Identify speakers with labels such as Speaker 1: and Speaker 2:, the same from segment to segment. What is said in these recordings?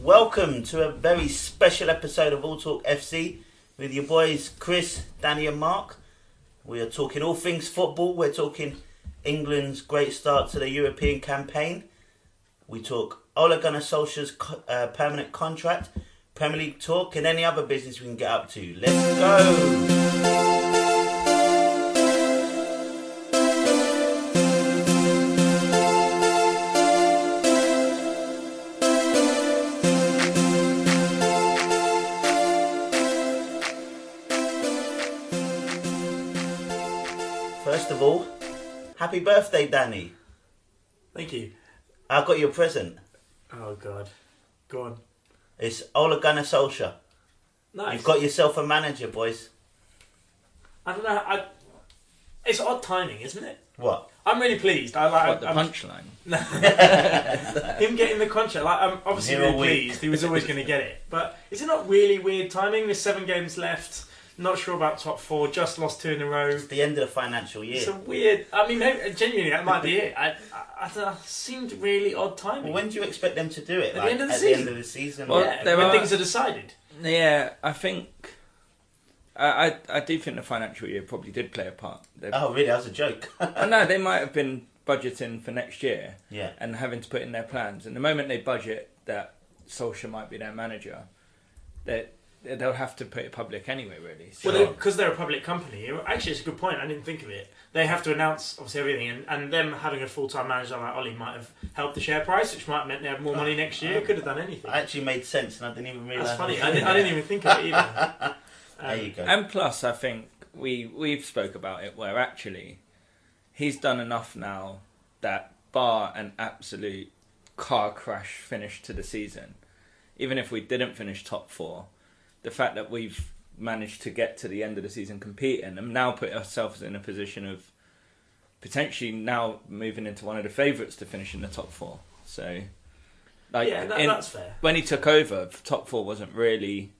Speaker 1: Welcome to a very special episode of All Talk FC with your boys Chris, Danny, and Mark. We are talking all things football. We're talking England's great start to the European campaign. We talk Ole Gunnar Solskjaer's co- uh, permanent contract, Premier League talk, and any other business we can get up to. Let's go! First of all, happy birthday, Danny.
Speaker 2: Thank you.
Speaker 1: I got you a present.
Speaker 2: Oh God, go on.
Speaker 1: It's Ole Gunnar Solskjaer.
Speaker 2: Nice.
Speaker 1: You've got yourself a manager, boys.
Speaker 2: I don't know. I, it's odd timing, isn't it?
Speaker 1: What?
Speaker 2: I'm really pleased. I
Speaker 3: What,
Speaker 2: like
Speaker 3: the
Speaker 2: I'm-
Speaker 3: punchline?
Speaker 2: him getting the contract. Like, I'm obviously
Speaker 1: Zero
Speaker 2: really
Speaker 1: week.
Speaker 2: pleased. He was always going to get it. But is it not really weird timing? There's seven games left. Not sure about top four. Just lost two in a row.
Speaker 1: It's the end of the financial year.
Speaker 2: It's a weird. I mean, maybe, genuinely, that might be it. I, I, I don't know. Seemed really odd timing.
Speaker 1: Well, when do you expect them to do it?
Speaker 2: At the end of the
Speaker 1: at
Speaker 2: season.
Speaker 1: the end of the season.
Speaker 3: Well,
Speaker 2: yeah,
Speaker 3: there
Speaker 2: when
Speaker 3: are-
Speaker 2: things are decided.
Speaker 3: Yeah, I think. I, I I do think the financial year probably did play a part. They-
Speaker 1: Oh, really? That was a joke.
Speaker 3: I know they might have been budgeting for next year
Speaker 1: yeah.
Speaker 3: and having to put in their plans. And the moment they budget that Solskjaer might be their manager, they they'll have to put it public anyway. Really. So,
Speaker 2: Well, because they're a public company. Actually, it's a good point. I didn't think of it. They have to announce obviously everything, and, and them having a full time manager like Ollie might have helped the share price, which might have meant they have more money next year. Could have done anything.
Speaker 1: I actually made sense, and I didn't even realize.
Speaker 2: That's funny. I, didn't- I didn't even think of it either. Um,
Speaker 1: There you go.
Speaker 3: and plus, I think we we've spoke about it where actually he's done enough now that bar an absolute car crash finish to the season, even if we didn't finish top four, the fact that we've managed to get to the end of the season competing and now put ourselves in a position of potentially now moving into one of the favourites to finish in the top four. So, like,
Speaker 2: yeah, that,
Speaker 3: in-
Speaker 2: that's fair.
Speaker 3: when he took over, top four wasn't really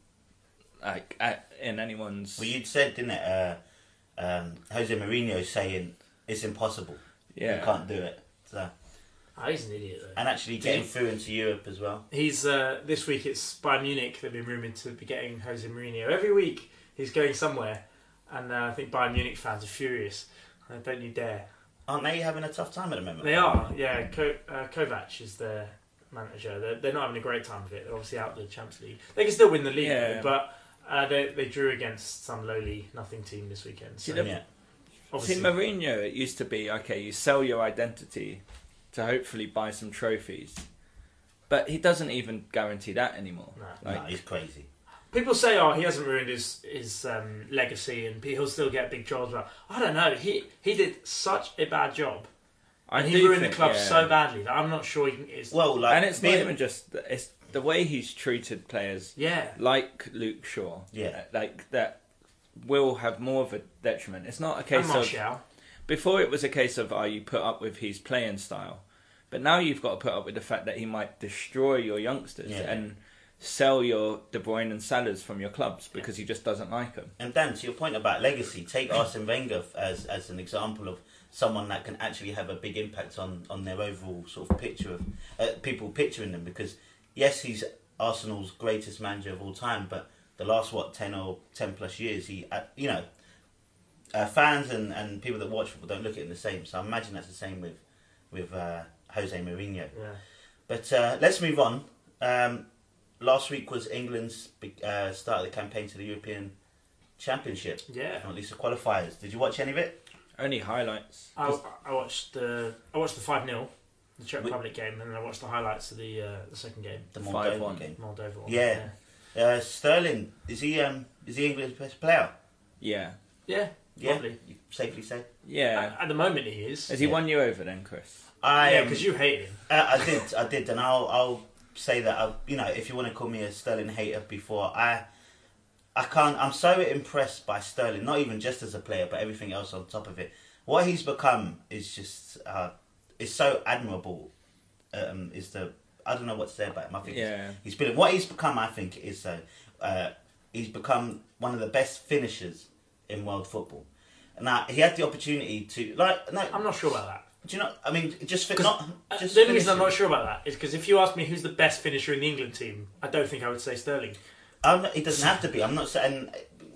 Speaker 3: like at, in anyone's.
Speaker 1: Well, you'd said, didn't it? Uh, um, Jose Mourinho saying it's impossible. You
Speaker 3: yeah,
Speaker 1: can't do it. So,
Speaker 2: Oh, he's an idiot though.
Speaker 1: and actually getting through into Europe as well.
Speaker 2: He's uh, this week. It's Bayern Munich. They've been rumored to be getting Jose Mourinho every week. He's going somewhere, and uh, I think Bayern Munich fans are furious. Uh, don't you dare.
Speaker 1: Aren't they having a tough time at the moment?
Speaker 2: They are, yeah. Ko- uh, Kovac is their manager. They're, they're not having a great time of it. They're obviously out of the Champions League. They can still win the league,
Speaker 3: Yeah.
Speaker 2: though, but uh, they, they drew against some lowly nothing team this weekend. So
Speaker 3: See,
Speaker 1: Yeah.
Speaker 2: obviously,
Speaker 3: See, Mourinho, it used to be okay, you sell your identity to hopefully buy some trophies. But he doesn't even guarantee that anymore.
Speaker 2: no.
Speaker 1: no,
Speaker 3: Like,
Speaker 1: he's crazy.
Speaker 2: people say, "Oh, he hasn't ruined his his um, legacy, and he'll still get big jobs." But I don't know. He he did such a bad job,
Speaker 3: I
Speaker 2: and
Speaker 3: do
Speaker 2: he ruined
Speaker 3: think,
Speaker 2: the club
Speaker 3: yeah.
Speaker 2: so badly that I'm not sure he can. It's,
Speaker 1: Well, like
Speaker 3: And it's not
Speaker 1: being-
Speaker 3: even just it's the way he's treated players
Speaker 2: yeah,
Speaker 3: like Luke Shaw.
Speaker 1: Yeah.
Speaker 3: Like that will have more of a detriment. It's not a case
Speaker 2: and
Speaker 3: of
Speaker 2: Martial.
Speaker 3: before it was a case of are you put up with his playing style, but now you've got to put up with the fact that he might destroy your youngsters
Speaker 1: Yeah.
Speaker 3: and sell your De Bruyne and Salahs from your clubs because he just doesn't like them.
Speaker 1: And Dan, to your point about legacy, take Arsene Wenger as as an example of someone that can actually have a big impact on on their overall sort of picture of uh, people picturing them. Because yes, he's Arsenal's greatest manager of all time, but the last what ten or ten plus years, he uh, you know. Uh, fans and, and people that watch football don't look at him the same, so I imagine that's the same with with uh, Jose Mourinho.
Speaker 2: Yeah.
Speaker 1: But uh, let's move on. Um, last week was England's big, uh, start of the campaign to the European Championship,
Speaker 2: yeah.
Speaker 1: or at least the qualifiers. Did you watch any of it?
Speaker 3: Only highlights.
Speaker 2: I,
Speaker 3: Just-
Speaker 2: I watched the I watched the five 0 the Czech
Speaker 1: We-
Speaker 2: Republic game, and then I watched the highlights of the uh, the second game,
Speaker 1: The
Speaker 3: Five
Speaker 1: Moldova
Speaker 3: one.
Speaker 1: game.
Speaker 2: Moldova. One.
Speaker 1: Yeah. Uh, Sterling is he um, is he England's best player?
Speaker 3: yeah,
Speaker 2: yeah,
Speaker 1: Yeah,
Speaker 2: Probably.
Speaker 1: you safely say.
Speaker 3: yeah.
Speaker 2: At, at the moment, he is.
Speaker 3: Has he
Speaker 1: Yeah.
Speaker 3: won you over then, Chris?
Speaker 1: I
Speaker 2: yeah,
Speaker 1: um,
Speaker 2: because you hate him.
Speaker 1: Uh, I did, I did, and I'll, I'll say that. I, you know, if you want to call me a Sterling hater, before I, I can't. I'm so impressed by Sterling, not even just as a player, but everything else on top of it. What he's become is just, uh, is so admirable. Um, is the I don't know what to say about him. I think he's-
Speaker 3: Yeah.
Speaker 1: he's been what he's become. I think is so. Uh, he's become one of the best finishers in world football. Now he had the opportunity to like. No,
Speaker 2: I'm not sure about that.
Speaker 1: Do you know? I mean, just for
Speaker 2: 'Cause,
Speaker 1: not.
Speaker 2: Uh,
Speaker 1: Just
Speaker 2: the only reason
Speaker 1: finishing.
Speaker 2: I'm not sure about that is because if you asked me who's the best finisher in the England team, I don't think I would say Sterling.
Speaker 1: I'm not, it doesn't have to be. I'm not saying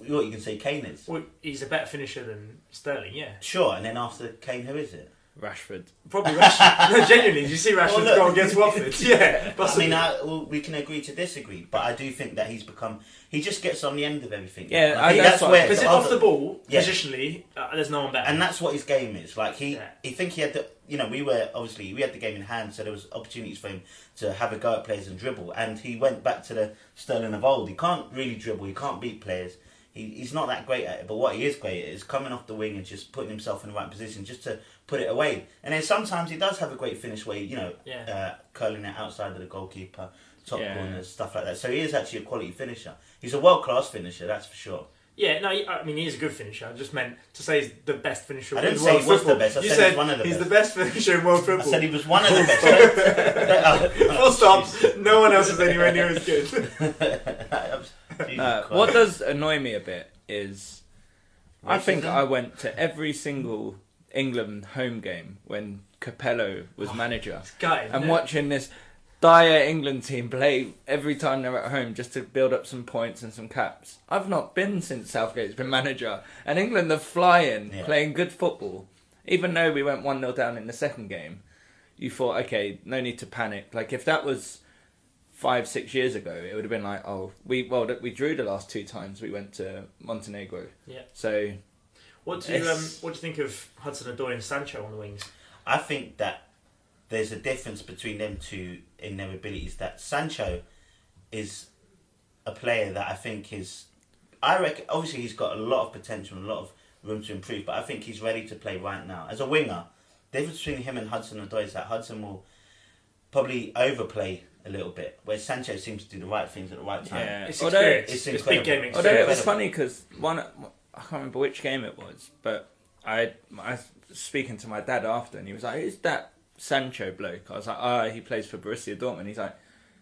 Speaker 1: what you can say. Kane is
Speaker 2: Well, he's a better finisher than Sterling, yeah.
Speaker 1: sure, and then after Kane, who is it?
Speaker 3: Rashford.
Speaker 2: Probably Rashford. no, genuinely, did you see Rashford's
Speaker 1: Well, look-
Speaker 2: goal against Watford? Yeah.
Speaker 1: I
Speaker 2: possibly.
Speaker 1: mean, I, well, we can agree to disagree, but I do think that he's become. He just gets on the end of everything.
Speaker 3: Yeah,
Speaker 1: And
Speaker 3: I-
Speaker 1: think
Speaker 3: that's what-
Speaker 1: where
Speaker 2: Because
Speaker 1: the
Speaker 2: off
Speaker 1: other-
Speaker 2: the ball,
Speaker 1: Yeah.
Speaker 2: positionally, uh, there's no one better.
Speaker 1: and that's what his game is. Like he,
Speaker 2: Yeah.
Speaker 1: he think he had the. You know, we were obviously we had the game in hand, so there was opportunities for him to have a go at players and dribble. And he went back to the Sterling of old. He can't really dribble. He can't beat players. He, he's not that great at it. But what he is great at is coming off the wing and just putting himself in the right position just to put it away. And then sometimes he does have a great finish where he, you know,
Speaker 2: Yeah.
Speaker 1: uh, curling it outside of the goalkeeper, top
Speaker 3: Yeah.
Speaker 1: corners, stuff like that. So he is actually a quality finisher. He's a world class finisher, that's for sure.
Speaker 2: Yeah, no, he- I mean he is a good finisher. I just meant to say he's the best finisher.
Speaker 1: I
Speaker 2: in
Speaker 1: didn't
Speaker 2: world
Speaker 1: say he was
Speaker 2: football.
Speaker 1: the best, I
Speaker 2: you
Speaker 1: said he's one of the
Speaker 2: he's
Speaker 1: best.
Speaker 2: the best finisher in world
Speaker 1: I
Speaker 2: football.
Speaker 1: said he was one of the best. Oh,
Speaker 2: Full stop. No one else is anywhere near as good.
Speaker 1: uh,
Speaker 3: Uh, what does annoy me a bit is I think
Speaker 1: Racism?
Speaker 3: I went to every single England home game when Capello was manager
Speaker 2: Guy,
Speaker 3: and watching this dire England team play every time they're at home just to build up some points and some caps. I've not been since Southgate's been manager, and England are flying,
Speaker 1: Yeah.
Speaker 3: playing good football. Even though we went 1 0 down in the second game, you thought, okay, no need to panic. Like, if that was five, six years ago, it would have been like, oh, we well, we drew the last two times we went to Montenegro.
Speaker 2: Yeah.
Speaker 3: So,
Speaker 2: What do you um,
Speaker 3: Yes.
Speaker 2: What do you think of Hudson Odoi and Sancho on the wings?
Speaker 1: I think that there's a difference between them two in their abilities. That Sancho is a player that I think is, I reckon, obviously he's got a lot of potential, and a lot of room to improve, but I think he's ready to play right now as a winger. The difference between him and Hudson Odoi is that Hudson will probably overplay a little bit, whereas Sancho seems to do the right things at the right time.
Speaker 3: yeah.
Speaker 2: It's
Speaker 3: although-
Speaker 2: experience.
Speaker 1: It's
Speaker 2: It's,
Speaker 1: incredible.
Speaker 2: big game experience.
Speaker 3: Although it was
Speaker 1: Incredible.
Speaker 3: funny because one, I can't remember which game it was, but I, I was speaking to my dad after, and he was like, "Who's that Sancho bloke?" I was like, "Ah, he plays for Borussia Dortmund." He's like,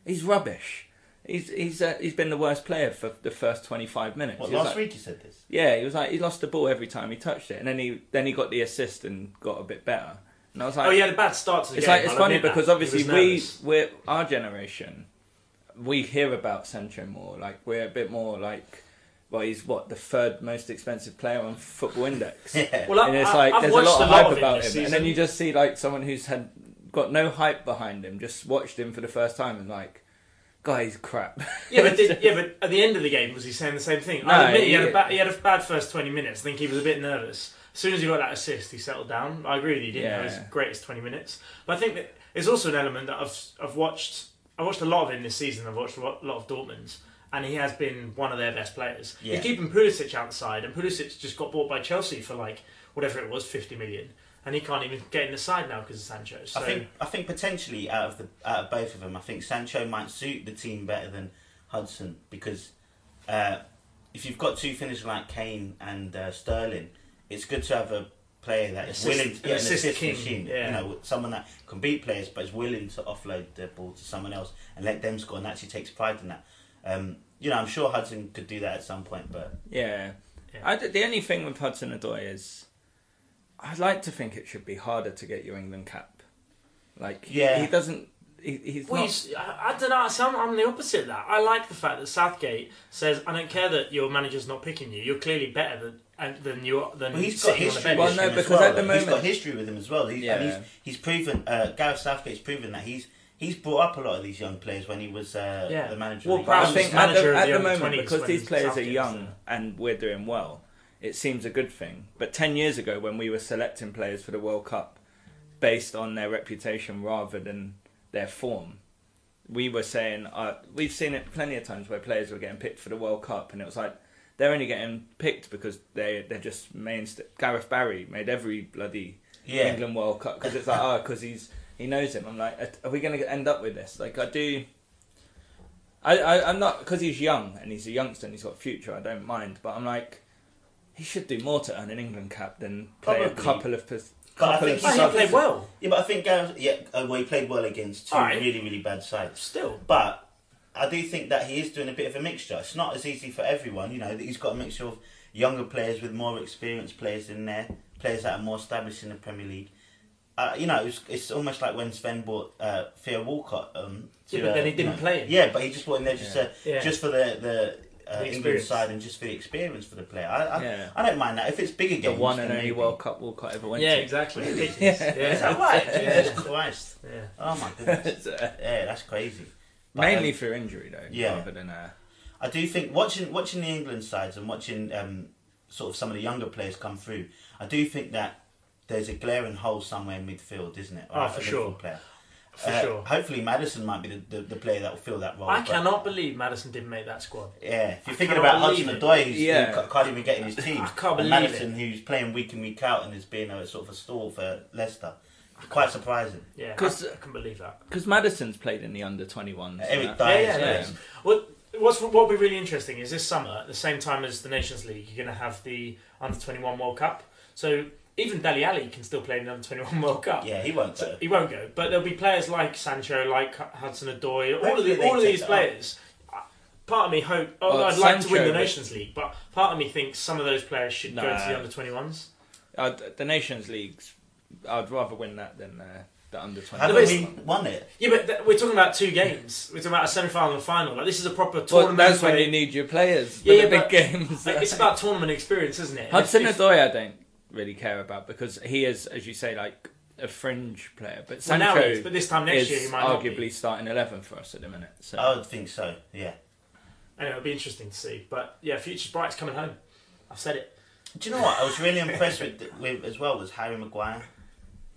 Speaker 3: "He's rubbish. He's he's uh, he's been the worst player for the first twenty five minutes."
Speaker 1: What,
Speaker 3: He was
Speaker 1: last
Speaker 3: like-
Speaker 1: week you said this?
Speaker 3: Yeah, he was like, he lost the ball every time he touched it, and then he then he got the assist and got a bit better. And I was like,
Speaker 2: oh, he had a bad start to the
Speaker 3: it's
Speaker 2: game.
Speaker 3: like it's
Speaker 2: I'll
Speaker 3: funny
Speaker 2: admit that.
Speaker 3: because
Speaker 2: He
Speaker 3: obviously
Speaker 2: was
Speaker 3: we
Speaker 2: nervous.
Speaker 3: we're our generation. We hear about Sancho more. Like we're a bit more like, well, he's what the third most expensive player on Football Index.
Speaker 1: Yeah.
Speaker 2: Well, I,
Speaker 3: and it's
Speaker 2: I-
Speaker 3: like
Speaker 2: I've
Speaker 3: there's a
Speaker 2: watched
Speaker 3: lot of hype about him,
Speaker 2: this
Speaker 3: and
Speaker 2: season.
Speaker 3: then you just see like someone who's had got no hype behind him, just watched him for the first time and like, guy, he's crap.
Speaker 2: Yeah, but did, yeah, but at the end of the game, was he saying the same thing?
Speaker 3: No,
Speaker 2: I admit he had, a
Speaker 3: he-
Speaker 2: ba- he had a bad first twenty minutes. I think he was a bit nervous. As soon as he got that assist, he settled down. I agree with you. He didn't have his
Speaker 3: Yeah.
Speaker 2: greatest twenty minutes, but I think that it's also an element that I've I've watched. I watched a lot of him this season. I've watched a lot lot of Dortmund's, and he has been one of their best players.
Speaker 1: Yeah.
Speaker 2: He's keeping Pulisic outside, and Pulisic just got bought by Chelsea for like whatever it was, fifty million, and he can't even get in the side now because of Sancho. So
Speaker 1: I think I think potentially out of the out of both of them, I think Sancho might suit the team better than Hudson because uh, if you've got two finishers like Kane and uh, Sterling, it's good to have a player that is
Speaker 2: Assist-
Speaker 1: willing to
Speaker 2: an
Speaker 1: yeah, an
Speaker 2: assist
Speaker 1: assist,
Speaker 2: king,
Speaker 1: machine.
Speaker 2: yeah.
Speaker 1: You know, someone that can beat players but is willing to offload the ball to someone else and let them score, and actually takes pride in that. Um, you know, I'm sure Hudson could do that at some point, but
Speaker 3: Yeah.
Speaker 2: Yeah.
Speaker 3: I d the only thing with Hudson Odoi is I'd like to think it should be harder to get your England cap. Like, he-
Speaker 1: Yeah.
Speaker 3: he, doesn't. He, he's
Speaker 2: Well, you,
Speaker 3: not.
Speaker 2: s- I, I don't know. I'm, I'm the opposite of that. I like the fact that Southgate says, "I don't care that your manager's not picking you. You're clearly better than and- than you are- than
Speaker 1: Well, he's got
Speaker 2: sitting on the
Speaker 1: history.
Speaker 2: bench."
Speaker 3: Well,
Speaker 1: with
Speaker 3: no,
Speaker 1: him as
Speaker 3: because at the
Speaker 1: though. he's got
Speaker 3: moment-
Speaker 1: history with him as well. He's, and
Speaker 3: Yeah.
Speaker 1: he's, he's proven. Uh, Gareth Southgate's proven that he's he's brought up a lot of these young players when he was uh,
Speaker 2: Yeah.
Speaker 1: the manager.
Speaker 2: Well,
Speaker 1: of the
Speaker 3: But
Speaker 2: Brown's
Speaker 3: I think at
Speaker 2: manager
Speaker 3: the,
Speaker 2: of
Speaker 3: at
Speaker 2: the
Speaker 3: the
Speaker 2: under
Speaker 3: moment,
Speaker 2: 20s
Speaker 3: because
Speaker 2: when
Speaker 3: these players are
Speaker 2: Southgate was
Speaker 3: young
Speaker 2: there.
Speaker 3: and we're doing well, it seems a good thing. But 10 years ago, when we were selecting players for the World Cup based on their reputation rather than their form, we were saying, uh, we've seen it plenty of times where players were getting picked for the World Cup, and it was like, they're only getting picked because they, they're just mainstay. Gareth Barry made every bloody
Speaker 1: Yeah.
Speaker 3: England World Cup because it's like, oh, because he's. He knows him. I'm like, are we going to end up with this? Like, I do. I, I I'm not because he's young and he's a youngster and he's got future. I don't mind, but I'm like, he should do more to earn an England cap than play a
Speaker 1: Probably.
Speaker 3: couple of pos-
Speaker 1: But I
Speaker 3: couple
Speaker 1: think he's
Speaker 3: of
Speaker 1: not
Speaker 2: Well, he
Speaker 3: subs.
Speaker 2: played well
Speaker 1: yeah, but I think Gareth. Yeah, uh, well, he played well against two
Speaker 2: Alright.
Speaker 1: really really bad sides.
Speaker 2: still.
Speaker 1: But I do think that he is doing a bit of a mixture. It's not as easy for everyone, you know. that He's got a mixture of younger players with more experienced players in there, players that are more established in the Premier League. uh, you know, it was, it's almost like when Sven bought uh, Theo Walcott. Um, to,
Speaker 2: Yeah, but
Speaker 1: uh,
Speaker 2: then he
Speaker 1: you
Speaker 2: didn't
Speaker 1: know-
Speaker 2: play him.
Speaker 1: Yeah, but he just brought him there just
Speaker 3: Yeah.
Speaker 1: to,
Speaker 2: Yeah.
Speaker 1: just for the the, uh,
Speaker 2: The
Speaker 1: England
Speaker 2: experience.
Speaker 1: side and just for the experience for the player. I I,
Speaker 3: Yeah.
Speaker 1: I don't mind that if it's bigger
Speaker 3: The
Speaker 1: games.
Speaker 3: one
Speaker 1: then
Speaker 3: and only
Speaker 1: maybe.
Speaker 3: World Cup Walcott ever went
Speaker 2: yeah,
Speaker 3: to.
Speaker 2: exactly.
Speaker 1: Really?
Speaker 2: Ridiculous.
Speaker 3: Yeah.
Speaker 1: Is that
Speaker 2: Yeah.
Speaker 1: right?
Speaker 2: Yeah.
Speaker 1: Jesus Christ!
Speaker 2: Yeah.
Speaker 1: Oh my goodness!
Speaker 3: It's, uh,
Speaker 1: yeah, that's crazy. But,
Speaker 3: mainly
Speaker 1: um,
Speaker 3: through injury though,
Speaker 1: yeah.
Speaker 3: rather than uh,
Speaker 1: I do think watching watching the England sides and watching um, sort of some of the younger players come through. I do think that there's a glaring hole somewhere in midfield, isn't it?
Speaker 2: Oh,
Speaker 1: Or
Speaker 2: for
Speaker 1: a midfield
Speaker 2: sure.
Speaker 1: Player.
Speaker 2: For
Speaker 1: Uh,
Speaker 2: sure.
Speaker 1: Hopefully, Madison might be the, the, the player that will fill that role.
Speaker 2: I
Speaker 1: Oh, but-
Speaker 2: cannot believe Madison didn't make that squad.
Speaker 1: Yeah, if you're
Speaker 2: I
Speaker 1: thinking
Speaker 2: cannot
Speaker 1: about Hudson
Speaker 2: believe
Speaker 1: Odoi, who's-
Speaker 3: Yeah.
Speaker 1: who ca- can't even get in his team,
Speaker 2: I can't
Speaker 1: and
Speaker 2: believe
Speaker 1: Madison, who's playing week in week out and is being a sort of a stall for Leicester, quite surprising.
Speaker 2: Yeah,
Speaker 3: 'Cause-
Speaker 2: I can believe that.
Speaker 3: because Madison's played in the under 21s.
Speaker 1: Eric
Speaker 3: uh,
Speaker 2: Yeah,
Speaker 1: Dyer,
Speaker 2: yeah, yeah. What what's what'll be really interesting is this summer, at the same time as the Nations League, you're going to have the Under 21 World Cup. So even Deli Ali can still play in the Under 21 World Cup.
Speaker 1: yeah, he won't
Speaker 2: So
Speaker 1: go.
Speaker 2: he won't go, but there'll be players like Sancho, like Hudson Odoi, all of
Speaker 1: Hopefully
Speaker 2: the,
Speaker 1: they
Speaker 2: all of
Speaker 1: take
Speaker 2: these
Speaker 1: that
Speaker 2: players. I- Part of me hope. Oh,
Speaker 3: Well,
Speaker 2: I'd like to
Speaker 3: Sancho-
Speaker 2: win the Nations League, but part of me thinks some of those players should go to
Speaker 3: Nah.
Speaker 2: the under 21s.
Speaker 3: uh, the Nations Leagues, I'd rather win that than uh, the under
Speaker 1: Haven't
Speaker 3: 21s.
Speaker 1: we won it?
Speaker 2: Yeah, but th- we're talking about two games. We're talking about a semi-final and a final. Like this is a proper
Speaker 3: Well,
Speaker 2: tournament.
Speaker 3: that's
Speaker 2: where-
Speaker 3: when you need your players for
Speaker 2: Yeah,
Speaker 3: the
Speaker 2: yeah,
Speaker 3: big
Speaker 2: but-
Speaker 3: games.
Speaker 2: like, it's about tournament experience, isn't it? And
Speaker 3: Hudson
Speaker 2: if- if-
Speaker 3: Odoi, I don't really care about because he is, as you say, like a fringe player. But
Speaker 2: well, now
Speaker 3: Sancho
Speaker 2: he is, but this time next
Speaker 3: is
Speaker 2: year he might not be. Oh,
Speaker 3: arguably starting eleven for us at the minute. So
Speaker 1: I would think so. Yeah.
Speaker 2: Anyway, it'll be interesting to see. But yeah, Future Bright's coming home. I've said it.
Speaker 1: Do you know what? I was really impressed with, with as well was Harry Maguire.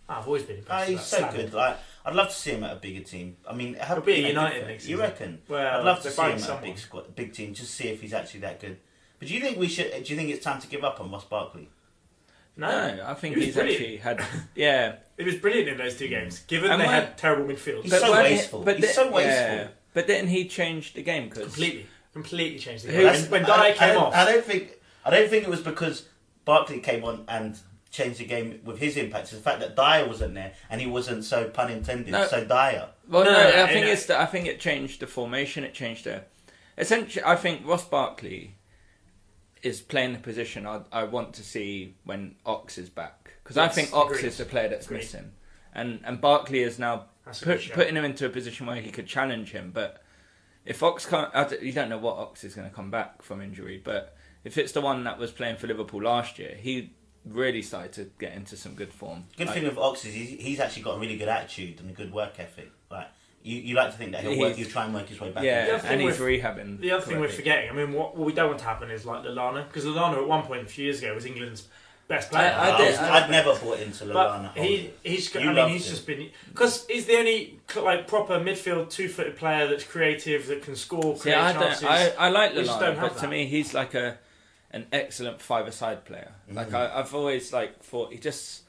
Speaker 2: Ah, I've always been
Speaker 1: Oh,
Speaker 2: impressed. with
Speaker 1: he's so
Speaker 2: that slam.
Speaker 1: good. Like, I'd love to see him at a bigger team. I mean, how
Speaker 2: He'll be at
Speaker 1: you know,
Speaker 2: United
Speaker 1: if-
Speaker 2: next
Speaker 1: You
Speaker 2: season.
Speaker 1: reckon?
Speaker 2: Well,
Speaker 1: I'd love to
Speaker 2: they're
Speaker 1: see him
Speaker 2: buying
Speaker 1: at a
Speaker 2: someone.
Speaker 1: big squad, big team, just see if he's actually that good. But do you think we should? Do you think it's time to give up on Ross Barkley?
Speaker 2: No,
Speaker 3: no, I think
Speaker 2: He was
Speaker 3: he's
Speaker 2: brilliant.
Speaker 3: actually had yeah.
Speaker 2: it was brilliant in those two games. Given
Speaker 3: And
Speaker 2: they
Speaker 3: why-
Speaker 2: had terrible midfield,
Speaker 1: He's so
Speaker 3: weren't
Speaker 1: wasteful. He's so wasteful.
Speaker 3: But then he changed the game because
Speaker 2: completely, completely changed the
Speaker 3: Who-
Speaker 2: game. That's
Speaker 1: And
Speaker 2: when
Speaker 1: I- I
Speaker 2: Dyer came
Speaker 1: don't-
Speaker 2: off.
Speaker 1: I don't think. I don't think it was because Barkley came on and changed the game with his impact. It's the fact that Dyer wasn't there and he wasn't so pun intended.
Speaker 3: No.
Speaker 1: So Dyer.
Speaker 3: Well,
Speaker 2: No,
Speaker 3: no,
Speaker 2: no,
Speaker 3: I think
Speaker 2: no.
Speaker 3: it's the, I think it changed the formation. It changed the essentially. I think Ross Barkley is playing the position I, I want to see when Ox is back because I
Speaker 2: Yes,
Speaker 3: think Ox
Speaker 2: agreed.
Speaker 3: is the player that's
Speaker 2: Agreed.
Speaker 3: missing, and and Barkley is now
Speaker 2: That's a good
Speaker 3: put,
Speaker 2: shout.
Speaker 3: putting him into a position where he could challenge him. But if Ox can't, I don't- you don't know what Ox is going to come back from injury. But if it's the one that was playing for Liverpool last year, he really started to get into some good form.
Speaker 1: Good
Speaker 3: Like,
Speaker 1: thing with Ox is he's, he's actually got a really good attitude and a good work ethic. Like you, you like to think that he'll work,
Speaker 3: He's-
Speaker 1: he'll try and work his way back.
Speaker 3: yeah,
Speaker 2: other thing
Speaker 3: and he's
Speaker 2: we're-
Speaker 3: rehabbing.
Speaker 2: The other thing we're
Speaker 3: correctly.
Speaker 2: forgetting, I mean, what, what we don't want to happen is like Lallana, because Lallana at one point a few years ago was England's best player.
Speaker 3: I
Speaker 1: I
Speaker 3: did-
Speaker 1: was,
Speaker 3: I-
Speaker 1: I'd never bought into Lallana.
Speaker 2: But he, he's, got-
Speaker 1: You
Speaker 2: I mean,
Speaker 1: loved
Speaker 2: he's
Speaker 1: him.
Speaker 2: just been because he's the only like proper midfield two-footed player that's creative that can score, create
Speaker 3: Yeah, I,
Speaker 2: chances.
Speaker 3: don't, I, I like
Speaker 2: We just don't
Speaker 3: Lallana,
Speaker 2: have
Speaker 3: but
Speaker 2: that.
Speaker 3: to me, he's like a an excellent five-a-side player.
Speaker 1: Mm.
Speaker 3: Like I, I've always like thought he just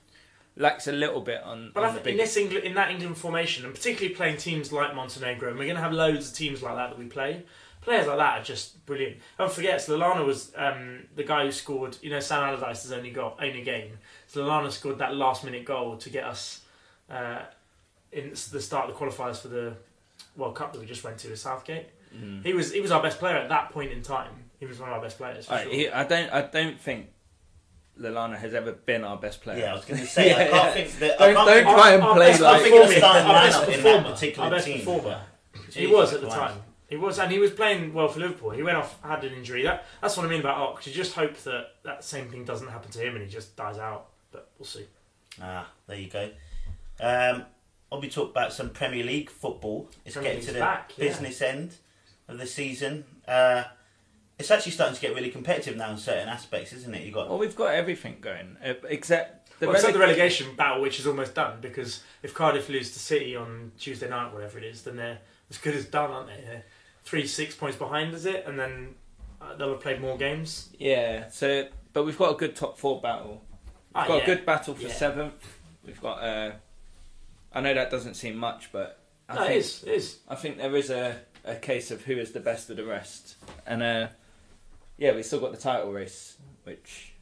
Speaker 3: lacks a little bit on,
Speaker 2: But I
Speaker 3: on the
Speaker 2: think
Speaker 3: big.
Speaker 2: in this England, in that England formation, and particularly playing teams like Montenegro, and we're going to have loads of teams like that that we play. Players like that are just brilliant. Don't forget, so Lallana was um, the guy who scored. You know, Sam Allardyce's only got only game. So Lallana scored that last-minute goal to get us uh, in the start of the qualifiers for the World Cup that we just went to with Southgate.
Speaker 3: Mm.
Speaker 2: He was he was our best player at that point in time. He was one of our best players. For
Speaker 3: I,
Speaker 2: sure.
Speaker 3: he, I don't, I don't think Lallana has ever been our best player.
Speaker 1: yeah, I was going to say I
Speaker 3: Yeah,
Speaker 1: can't
Speaker 3: yeah.
Speaker 1: think that. I
Speaker 3: Don't-
Speaker 1: can't
Speaker 3: don't
Speaker 1: think-
Speaker 3: try and
Speaker 2: Our- our
Speaker 3: play
Speaker 2: best
Speaker 3: like-
Speaker 1: I think the
Speaker 2: performer,
Speaker 1: starting
Speaker 2: our best
Speaker 1: lineup in
Speaker 2: performer,
Speaker 1: that particular
Speaker 2: our best
Speaker 1: team.
Speaker 2: performer. He
Speaker 1: Jesus
Speaker 2: was at the
Speaker 1: Christ.
Speaker 2: time. He was, and he was playing well for Liverpool. He went off, had an injury. That, that's what I mean about Ox. You just hope that that same thing doesn't happen to him and he just dies out. But we'll see.
Speaker 1: Ah, there you go. Um, I'll be talking about some Premier League football. It's
Speaker 2: Premier
Speaker 1: getting to
Speaker 2: League's
Speaker 1: the
Speaker 2: back, yeah.
Speaker 1: business end of the season. Uh, it's actually starting to get really competitive now in certain aspects, isn't it? You got
Speaker 3: Well, we've got everything going uh, except the,
Speaker 2: well, except the
Speaker 3: releg-
Speaker 2: relegation battle, which is almost done, because if Cardiff lose to City on Tuesday night, whatever it is, then they're as good as done, aren't they? They're three, six points behind, is it? And then uh, they'll have played more games.
Speaker 3: Yeah, so but we've got a good top four battle. We've
Speaker 2: Ah,
Speaker 3: got
Speaker 2: yeah.
Speaker 3: a good battle for
Speaker 2: Yeah.
Speaker 3: seventh. We've got. Uh, I know that doesn't seem much, but I
Speaker 2: No,
Speaker 3: think
Speaker 2: it is. It is.
Speaker 3: I think there is a, a case of who is the best of the rest. And uh, yeah, we still got the title race, which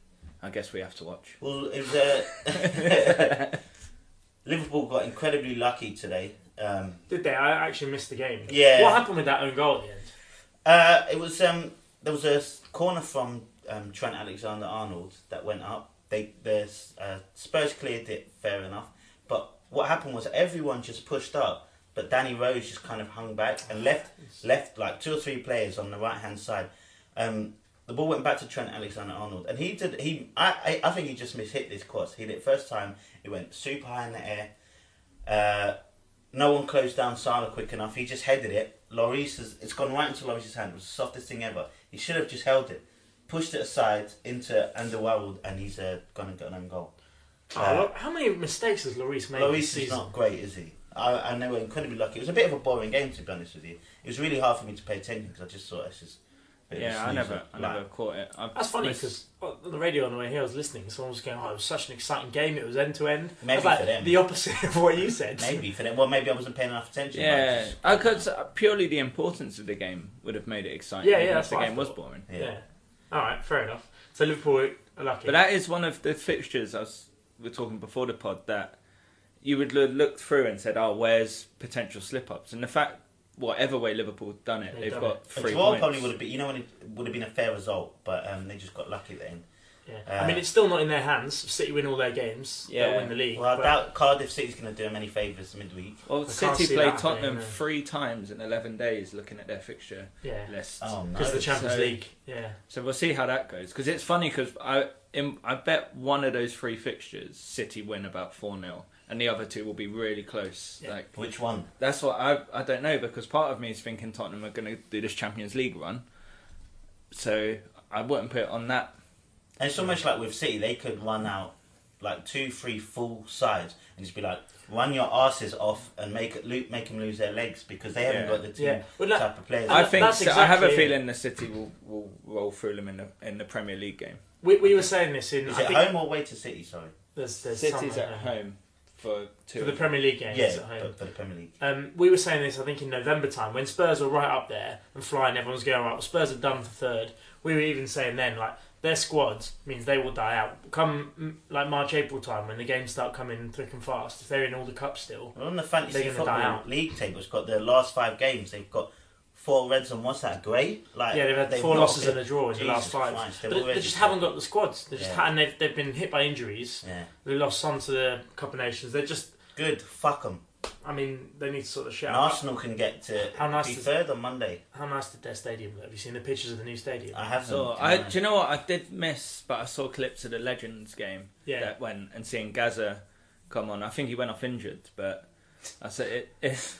Speaker 3: I guess we have to watch.
Speaker 1: Well, it was, uh, Liverpool got incredibly lucky today. Um,
Speaker 2: Did they? I actually missed the game.
Speaker 1: Yeah.
Speaker 2: What happened with that own goal at the end?
Speaker 1: uh, it was um, there was a s- corner from um, Trent Alexander Arnold that went up. They the uh, Spurs cleared it fair enough, But what happened was everyone just pushed up, but Danny Rose just kind of hung back and left left like two or three players on the right hand side. Um, the ball went back to Trent Alexander Arnold, and he did he I, I I think he just mishit this cross. He did it first time. It went super high in the air. Uh, no one closed down Salah quick enough. He just headed it. Lloris has it's gone right into Lloris's hand. It was the softest thing ever. He should have just held it, pushed it aside into Underworld, and he's uh, gone and got an own goal.
Speaker 2: Oh,
Speaker 1: Uh,
Speaker 2: look, how many mistakes has Lloris made this
Speaker 1: Lloris is
Speaker 2: season?
Speaker 1: not great, is he? I, I know we're incredibly lucky. It was a bit of a boring game, to be honest with you. It was really hard for me to pay attention because I just thought this is. a bit of a
Speaker 3: Yeah, I never,
Speaker 1: snoozer.
Speaker 3: I
Speaker 1: Like,
Speaker 3: never caught it. I've
Speaker 2: That's funny
Speaker 3: missed-
Speaker 2: because on the radio on the way here, I was listening. Someone was going, "Oh, it was such an exciting game. It was end to end."
Speaker 1: Maybe
Speaker 2: That's like
Speaker 1: for them.
Speaker 2: the opposite of what you said.
Speaker 1: uh, Maybe for them. Well, maybe I wasn't paying enough attention. but I
Speaker 3: yeah,
Speaker 1: just-
Speaker 3: I could, uh, purely the importance of the game would have made it exciting.
Speaker 2: Yeah, yeah,
Speaker 3: even if
Speaker 2: that's
Speaker 3: the
Speaker 2: what I
Speaker 3: game was
Speaker 2: thought.
Speaker 3: boring.
Speaker 1: yeah.
Speaker 2: Yeah. All right, fair enough. So Liverpool are lucky.
Speaker 3: But that is one of the fixtures I was we were talking before the pod that you would lo- look through and said, "Oh, where's potential slip ups?" And the fact, whatever way Liverpool done it,
Speaker 2: They've
Speaker 3: they've
Speaker 2: done
Speaker 3: got
Speaker 1: A
Speaker 3: three
Speaker 1: draw
Speaker 3: points.
Speaker 1: probably would have been, you know, when it would have been a fair result, but um, they just got lucky then.
Speaker 2: yeah.
Speaker 1: uh,
Speaker 2: I mean, it's still not in their hands. City win all their games,
Speaker 3: Yeah.
Speaker 2: they'll win the league.
Speaker 1: Well, I
Speaker 2: but-
Speaker 1: doubt Cardiff City's going to do them any favours midweek.
Speaker 3: Well,
Speaker 2: can't
Speaker 3: City
Speaker 2: see
Speaker 3: played
Speaker 2: that happening,
Speaker 3: Tottenham
Speaker 2: no.
Speaker 3: three times in eleven days, looking at their fixture
Speaker 2: yeah,
Speaker 3: list.
Speaker 1: Oh, no.
Speaker 2: because of the Champions
Speaker 3: So-
Speaker 2: League. Yeah,
Speaker 3: So we'll see how that goes. Because it's funny because I in, I bet one of those three fixtures City win about four 0 and the other two will be really close.
Speaker 2: Yeah.
Speaker 3: Like
Speaker 1: Which one?
Speaker 3: that's what I I don't know because part of me is thinking Tottenham are going to do this Champions League run. So I wouldn't put it on that.
Speaker 1: And it's almost like with City, they could run out like two, three full sides and just be like, run your asses off and make it lo- make them lose their legs because they haven't
Speaker 3: Yeah.
Speaker 1: got the team
Speaker 2: Yeah. Well, that-
Speaker 1: type of players.
Speaker 2: And
Speaker 3: I
Speaker 2: that-
Speaker 3: think
Speaker 2: that's
Speaker 3: so- I have a
Speaker 2: exactly it.
Speaker 3: feeling the City will, will roll through them in the in the Premier League game.
Speaker 2: we, we were saying this in.
Speaker 1: Is
Speaker 2: I
Speaker 1: it
Speaker 2: think
Speaker 1: home or away to City? Sorry.
Speaker 2: There's, there's
Speaker 3: City's
Speaker 2: some-
Speaker 3: at home for two.
Speaker 2: for the Premier League games.
Speaker 1: yeah,
Speaker 2: at home.
Speaker 1: but for the Premier League.
Speaker 2: Um, we were saying this, I think, in November time when Spurs were right up there and flying. Everyone's going, right, well, Spurs are done for third. We were even saying then, like, their squad means they will die out. Come, mm, like, March, April time when the games start coming thick and fast, if they're in all the cups still.
Speaker 1: Well, on the fantasy
Speaker 2: They're gonna die
Speaker 1: football
Speaker 2: out.
Speaker 1: league table, it's got their last five games. They've got four reds and what's that? Grey. Like
Speaker 2: Yeah, they've had four
Speaker 1: not
Speaker 2: losses
Speaker 1: been-
Speaker 2: and a draw in the
Speaker 1: Jesus
Speaker 2: last five.
Speaker 1: Christ, they're
Speaker 2: But they- they
Speaker 1: already-
Speaker 2: just haven't got the squads. They just
Speaker 1: Yeah.
Speaker 2: ha- and they've, they've been hit by injuries.
Speaker 1: Yeah,
Speaker 2: They lost some to the Cup of Nations. They're just,
Speaker 1: good. Fuck them.
Speaker 2: I mean, they need to sort of shit
Speaker 1: And
Speaker 2: out.
Speaker 1: Arsenal can get to
Speaker 2: How nice
Speaker 1: be
Speaker 2: is-
Speaker 1: third on Monday.
Speaker 2: How nice did their stadium look? Have you seen the pictures of the new stadium?
Speaker 1: I have
Speaker 3: So I, do you know what I did miss? But I saw clips of the Legends game
Speaker 2: Yeah.
Speaker 3: that went and seeing Gaza come on. I think he went off injured, but I said it. it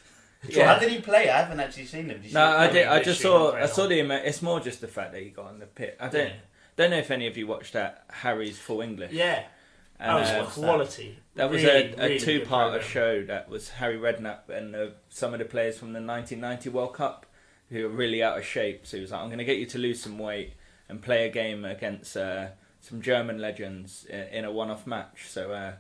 Speaker 1: How did he play? I haven't actually seen him. Did you
Speaker 3: no,
Speaker 1: see
Speaker 3: I
Speaker 1: him?
Speaker 3: did. I
Speaker 2: Literally
Speaker 3: just saw.
Speaker 2: not
Speaker 3: I saw
Speaker 2: very
Speaker 3: the. ima- It's more just the fact that he got on the pit. I don't.
Speaker 2: Yeah.
Speaker 3: Don't know if any of you watched that Harry's Full English.
Speaker 2: Yeah, that was
Speaker 3: Uh,
Speaker 1: what's that?
Speaker 2: Oh, quality.
Speaker 3: that was
Speaker 2: Really,
Speaker 3: a, a
Speaker 2: really good
Speaker 3: two-part
Speaker 2: programme.
Speaker 3: show that was Harry Redknapp and uh, some of the players from the 1990 World Cup who were really out of shape. So he was like, "I'm going to get you to lose some weight and play a game against uh, some German legends in, in a one-off match." So uh,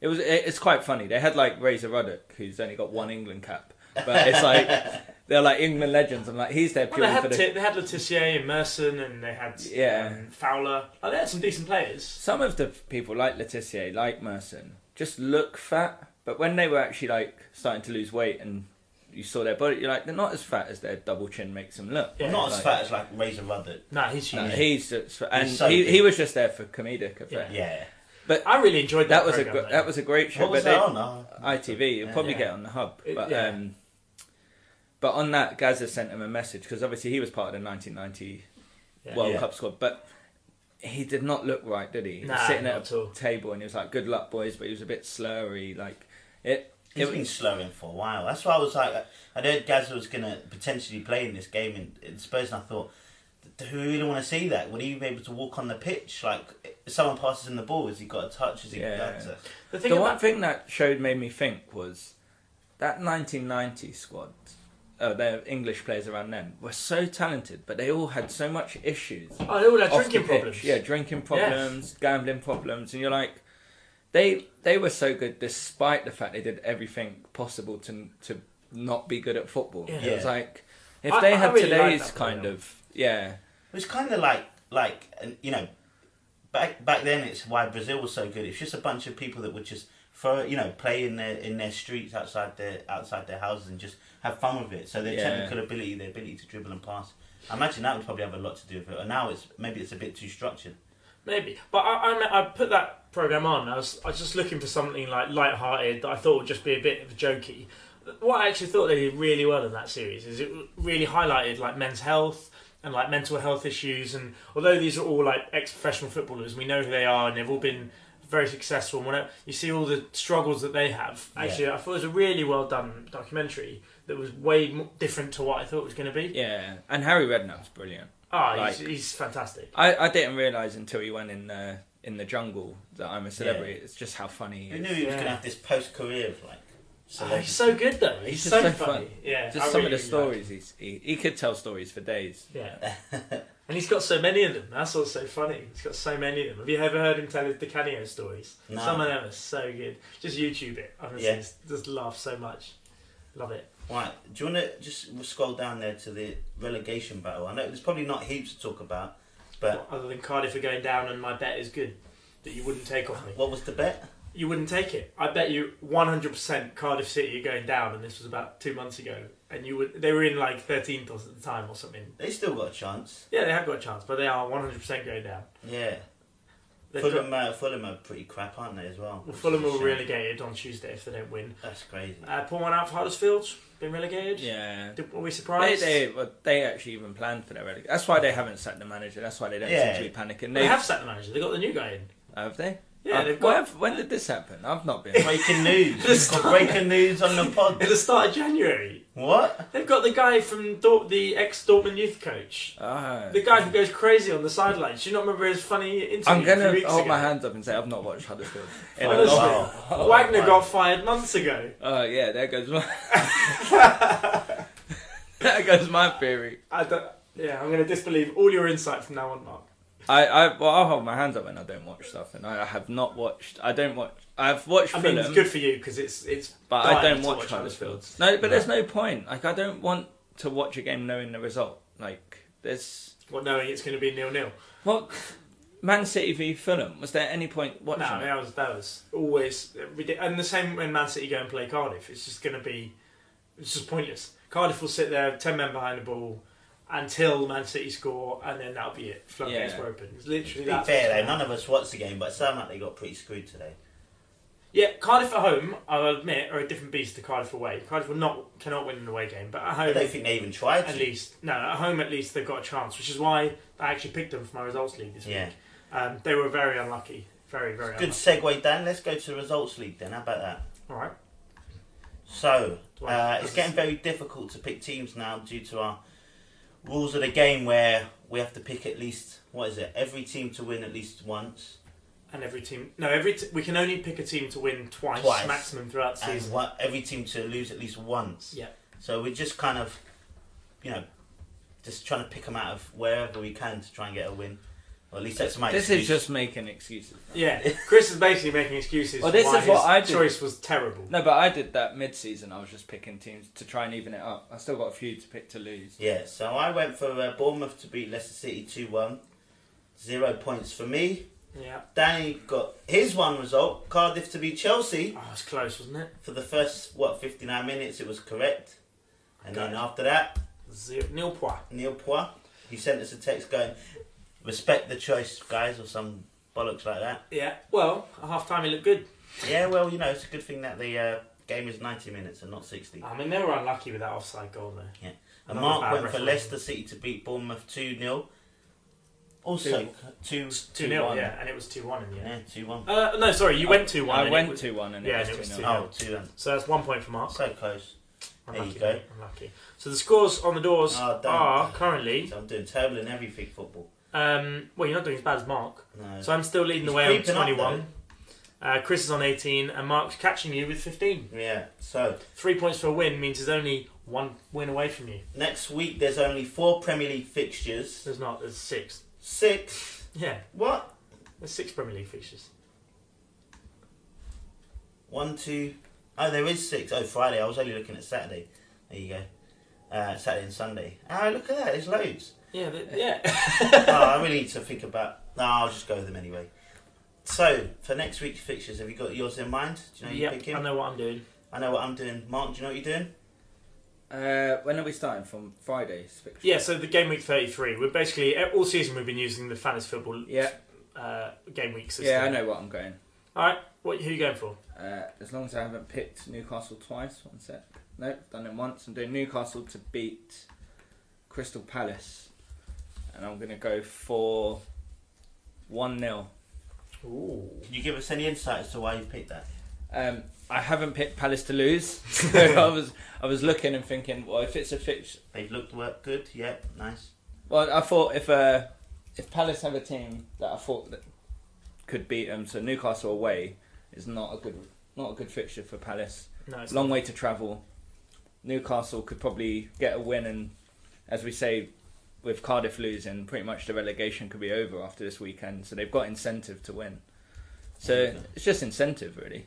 Speaker 3: it was. It, it's quite funny. They had like Razor Ruddock, who's only got one England cap, but it's like they're like England legends. I'm like, he's there
Speaker 2: Well, they
Speaker 3: purely for
Speaker 2: had
Speaker 3: the
Speaker 2: Ti- they had Letitia and Merson, and they had
Speaker 3: Yeah.
Speaker 2: um, Fowler. Like, they had some decent players.
Speaker 3: Some of the people, like Letitia, like Merson, just look fat, but when they were actually like starting to lose weight and you saw their body, you're like, they're not as fat as their double chin makes them look.
Speaker 2: Yeah,
Speaker 1: not as
Speaker 3: like-
Speaker 1: fat as like Razor Ruddock.
Speaker 2: No, he's
Speaker 3: No,
Speaker 2: huge.
Speaker 3: he's just, and
Speaker 1: so
Speaker 3: he,
Speaker 1: big.
Speaker 3: he was just there for comedic effect.
Speaker 1: Yeah.
Speaker 2: I really enjoyed that.
Speaker 3: That was a
Speaker 2: programme,
Speaker 3: gr-
Speaker 2: though.
Speaker 3: that was a great show.
Speaker 1: What was
Speaker 3: but
Speaker 1: that
Speaker 3: they-
Speaker 1: on? Oh,
Speaker 3: ITV. You'll
Speaker 1: Yeah.
Speaker 3: probably
Speaker 2: Yeah.
Speaker 3: get it on the hub.
Speaker 2: It-
Speaker 3: But
Speaker 2: yeah.
Speaker 3: um, but on that, Gaza sent him a message because obviously he was part of the 1990
Speaker 2: Yeah.
Speaker 3: World
Speaker 1: Yeah.
Speaker 3: Cup squad, but. He did not look right, did he? he was
Speaker 2: Nah,
Speaker 3: sitting
Speaker 2: not
Speaker 3: at
Speaker 2: at all.
Speaker 3: a table and he was like, "Good luck, boys," but he was a bit slurry. Like it,
Speaker 1: He's
Speaker 3: it
Speaker 1: been slowing for a while. That's why I was like, I heard Gazza was going to potentially play in this game in, in Spurs, and I thought, do we really want to see that? Would he be able to walk on the pitch? Like, if someone passes him the ball, has he got a touch? Has he
Speaker 3: Yeah.
Speaker 1: got to?
Speaker 2: the thing
Speaker 3: the
Speaker 2: about
Speaker 3: one thing that showed made me think was that 1990 squad, uh, their English players around them, were so talented, but they all had so much issues.
Speaker 2: oh, they all had
Speaker 3: off the
Speaker 2: drinking
Speaker 3: pitch.
Speaker 2: problems.
Speaker 3: Yeah, drinking problems, gambling problems, and you're like, they they were so good despite the fact they did everything possible to to not be good at football.
Speaker 2: Yeah.
Speaker 3: It was like if
Speaker 2: I-
Speaker 3: they
Speaker 2: I
Speaker 3: had
Speaker 2: really like
Speaker 3: today's
Speaker 2: that
Speaker 3: kind
Speaker 2: program.
Speaker 3: of yeah
Speaker 1: It was kind of like, like and, you know, back back then it's why Brazil was so good. It's just a bunch of people that would just throw, you know, play in their in their streets outside their outside their houses and just have fun with it. So their
Speaker 3: Yeah.
Speaker 1: technical ability, their ability to dribble and pass. I imagine that would probably have a lot to do with it. And now it's maybe it's a bit too structured.
Speaker 2: Maybe, but I, I, mean, I put that program on, I was I was just looking for something like light-hearted that I thought would just be a bit of a jokey. What I actually thought they did really well in that series is it really highlighted like men's health and like mental health issues. And although these are all like ex-professional footballers, we know who they are, and they've all been very successful. And whenever you see all the struggles that they have, actually, I thought it was a really well done documentary that was way mo different to what I thought it was going to be.
Speaker 3: Yeah, and Harry Redknapp's brilliant.
Speaker 2: Ah,
Speaker 3: Like-
Speaker 2: he's, he's fantastic.
Speaker 3: I, I didn't realize until he went in the in the jungle that I'm a celebrity. It's just how funny he
Speaker 1: We
Speaker 3: is.
Speaker 1: knew he was
Speaker 2: Yeah.
Speaker 1: going to have this post career of like.
Speaker 2: Oh, he's
Speaker 1: celebrity.
Speaker 2: so good though. He's,
Speaker 3: He's just
Speaker 2: so,
Speaker 3: so
Speaker 2: funny.
Speaker 3: fun.
Speaker 2: Yeah,
Speaker 3: Just
Speaker 2: I
Speaker 3: some
Speaker 2: really
Speaker 3: of the
Speaker 2: like him.
Speaker 3: stories he's, he he could tell stories for days.
Speaker 2: Yeah. and he's got so many of them. That's what's so funny. He's got so many of them. Have you ever heard him tell his DiCanio stories?
Speaker 1: No.
Speaker 2: Some of them are so good. Just YouTube it. Honestly,
Speaker 1: Yeah.
Speaker 2: just, just laugh so much. Love it.
Speaker 1: Right, do you want to just scroll down there to the relegation battle? I know there's probably not heaps to talk about, but
Speaker 2: Other than Cardiff are going down and my bet is good that you wouldn't take off me.
Speaker 1: what was the bet?
Speaker 2: You wouldn't take it. I bet you 100% Cardiff City are going down and this was about two months ago. And you would, they were in like 13th or- at the time or something.
Speaker 1: They still got a chance.
Speaker 2: Yeah, they have got a chance, but they are 100% going down.
Speaker 1: Yeah,
Speaker 2: They've got-
Speaker 1: Fulham, uh, Fulham are pretty crap, aren't they as well?
Speaker 2: Well, Fulham
Speaker 1: Which is a
Speaker 2: will
Speaker 1: shame.
Speaker 2: relegated on Tuesday if they don't win.
Speaker 1: That's crazy.
Speaker 2: Uh, poor one out for Huddersfield, been relegated.
Speaker 3: Yeah.
Speaker 2: Did- were we
Speaker 3: They,
Speaker 2: surprised?
Speaker 3: they, well, they actually even planned for their relegation. That's why they haven't sacked the manager. That's why they don't
Speaker 1: Yeah.
Speaker 3: seem to be panicking.
Speaker 2: They
Speaker 3: They've-
Speaker 2: have sacked the manager. They got the new guy in.
Speaker 3: Have they?
Speaker 2: Yeah,
Speaker 3: Uh,
Speaker 2: they've
Speaker 3: well,
Speaker 2: got
Speaker 3: I've- when did this happen? I've not been.
Speaker 1: Breaking news. We've got breaking news on the
Speaker 2: at
Speaker 1: pod.
Speaker 2: the start of January.
Speaker 1: What?
Speaker 2: They've got the guy from Dort- the ex Dortmund youth coach,
Speaker 3: Ah.
Speaker 2: the guy who goes crazy on the sidelines. Do you not remember his funny interview?
Speaker 3: I'm
Speaker 2: a few
Speaker 3: gonna
Speaker 2: weeks
Speaker 3: hold
Speaker 2: ago?
Speaker 3: my hands up and say I've not watched Huddersfield. in a
Speaker 2: Honestly,
Speaker 3: long-
Speaker 1: Wow.
Speaker 2: Wagner
Speaker 1: wow.
Speaker 2: got fired months ago.
Speaker 3: Oh yeah, there goes my. there goes my theory.
Speaker 2: I don't, yeah, I'm going to disbelieve all your insight from now on, Mark.
Speaker 3: I, I well, I'll hold my hands up when I don't watch stuff, and I have not watched. I don't watch. I've watched
Speaker 2: I mean,
Speaker 3: Fulham,
Speaker 2: it's good for you because it's it's.
Speaker 3: but I
Speaker 2: dire
Speaker 3: don't
Speaker 2: to
Speaker 3: watch, Huddersfield. No, but there's no point. Like I don't want to watch a game knowing the result. Like there's
Speaker 2: Well, knowing it's going to be nil nil.
Speaker 3: what Man City v Fulham. Was there any point
Speaker 2: No,
Speaker 3: watching?
Speaker 2: I mean,
Speaker 3: it?
Speaker 2: that was that was always ridic- and the same when Man City go and play Cardiff. It's just going to be, it's just pointless. Cardiff will sit there ten men behind the ball until Man City score, and then that'll be it. Floodgates
Speaker 3: Yeah.
Speaker 2: were open. It's
Speaker 1: To
Speaker 2: literally
Speaker 1: be
Speaker 2: that.
Speaker 1: fair though, none of us watched the game, but it sounded like they got pretty screwed today.
Speaker 2: Yeah, Cardiff at home, I'll admit, are a different beast to Cardiff away. Cardiff will not cannot win an away game, but at
Speaker 1: I don't
Speaker 2: home.
Speaker 1: think they even tried
Speaker 2: At
Speaker 1: to.
Speaker 2: least, no, at home at least they've got a chance, which is why I actually picked them for my results league this
Speaker 1: Yeah.
Speaker 2: week. Um, they were very unlucky, very very
Speaker 1: Good
Speaker 2: unlucky.
Speaker 1: segue, Dan. Let's go to the results league then. How about that?
Speaker 2: All right,
Speaker 1: So,
Speaker 2: Well,
Speaker 1: uh, it's getting very difficult to pick teams now due to our rules of the game where we have to pick at least, what is it, every team to win at least once.
Speaker 2: And every team, no, every t- we can only pick a team to win twice,
Speaker 1: Twice.
Speaker 2: maximum throughout the
Speaker 1: and
Speaker 2: season.
Speaker 1: what, every team to lose at least once.
Speaker 2: Yeah.
Speaker 1: So we're just kind of, you know, just trying to pick them out of wherever we can to try and get a win. Or at least that's my
Speaker 3: This
Speaker 1: excuse.
Speaker 3: is just making excuses.
Speaker 2: Yeah, Chris is basically making excuses.
Speaker 3: Well, this
Speaker 2: why
Speaker 3: is what
Speaker 2: his
Speaker 3: I did.
Speaker 2: choice was terrible.
Speaker 3: No, but I did that mid-season. I was just picking teams to try and even it up. I still got a few to pick to lose.
Speaker 1: Yeah, so I went for uh, Bournemouth to beat Leicester City 2 1. Zero points for me.
Speaker 2: Yeah,
Speaker 1: Danny got his one result Cardiff to beat Chelsea.
Speaker 2: oh, it was close, wasn't it?
Speaker 1: For the first, what, 59 minutes, it was correct. And then
Speaker 2: Okay.
Speaker 1: after that,
Speaker 2: Zero, nil point.
Speaker 1: Neil Poir, he sent us a text going, respect the choice, guys, or some bollocks like that.
Speaker 2: Yeah. Well, at half time he looked good.
Speaker 1: Yeah, well, you know, it's a good thing that the uh, game is 90 minutes and not 60.
Speaker 2: I mean, they were unlucky with that offside goal though.
Speaker 1: And
Speaker 2: another
Speaker 1: Mark
Speaker 2: bad
Speaker 1: went for
Speaker 2: referee.
Speaker 1: Leicester City to beat Bournemouth 2 0. Also, 2
Speaker 2: Two 0
Speaker 3: 1.
Speaker 2: yeah, and it was two one in the end.
Speaker 1: Yeah, 2 1.
Speaker 2: Uh, no, sorry, you
Speaker 3: I-
Speaker 2: went two one.
Speaker 3: I went two one, and
Speaker 2: Yeah,
Speaker 3: it
Speaker 2: and
Speaker 3: was
Speaker 2: it was
Speaker 3: two
Speaker 2: two-
Speaker 3: nil.
Speaker 1: Oh, 2 1.
Speaker 2: So that's one point for Mark.
Speaker 1: So close. there you
Speaker 2: Unlucky,
Speaker 1: go.
Speaker 2: Unlucky. So the scores on the doors
Speaker 1: Oh, don't.
Speaker 2: are currently.
Speaker 1: So I'm doing terrible in everything football.
Speaker 2: Um, well, you're not doing as bad as Mark.
Speaker 1: No.
Speaker 2: So I'm still leading the
Speaker 1: He's
Speaker 2: way on
Speaker 1: creeping up,
Speaker 2: 21. Uh, Chris is on 18, and Mark's catching you with 15.
Speaker 1: yeah, so
Speaker 2: Three points for a win means there's only one win away from you.
Speaker 1: next week there's only four Premier League fixtures.
Speaker 2: There's not, there's six.
Speaker 1: Six.
Speaker 2: Yeah,
Speaker 1: What?
Speaker 2: there's six Premier League fixtures.
Speaker 1: One, two. Oh, there is six. Oh, Friday. I was only looking at Saturday. There you go. Uh, Saturday and Sunday. Oh, look at that. There's loads.
Speaker 2: Yeah, th- yeah.
Speaker 1: oh, I really need to think about. No, I'll just go with them anyway. So, for next week's fixtures, have you got yours in mind? Do you know you're
Speaker 2: yep,
Speaker 1: picking?
Speaker 2: I know what I'm doing.
Speaker 1: I know what I'm doing. Mark, do you know what you're doing?
Speaker 3: Uh, when are we starting from Friday's fixture?
Speaker 2: Yeah, so the game week 33, we're basically, all season we've been using the fantasy football
Speaker 3: Yeah.
Speaker 2: uh, uh, game week system.
Speaker 3: Yeah, I know what I'm going.
Speaker 2: All right, what, who you going for?
Speaker 3: Uh, as long as I haven't picked Newcastle twice, one sec. Nope, done it once. I'm doing Newcastle to beat Crystal Palace. And I'm going to go for 1 0.
Speaker 2: Ooh.
Speaker 1: Can you give us any insight as to why you picked that?
Speaker 3: Um, I haven't picked Palace to lose. So I was I was looking and thinking, well, if it's a fix,
Speaker 1: They've looked work good. Yeah, nice.
Speaker 3: well, I thought if uh, if Palace have a team that I thought that could beat them, so Newcastle away is not a good not a good fixture for Palace.
Speaker 2: No, it's
Speaker 3: Long way to travel. Newcastle could probably get a win, and as we say, with Cardiff losing, pretty much the relegation could be over after this weekend. So they've got incentive to win. So
Speaker 1: Okay.
Speaker 3: it's just incentive, really.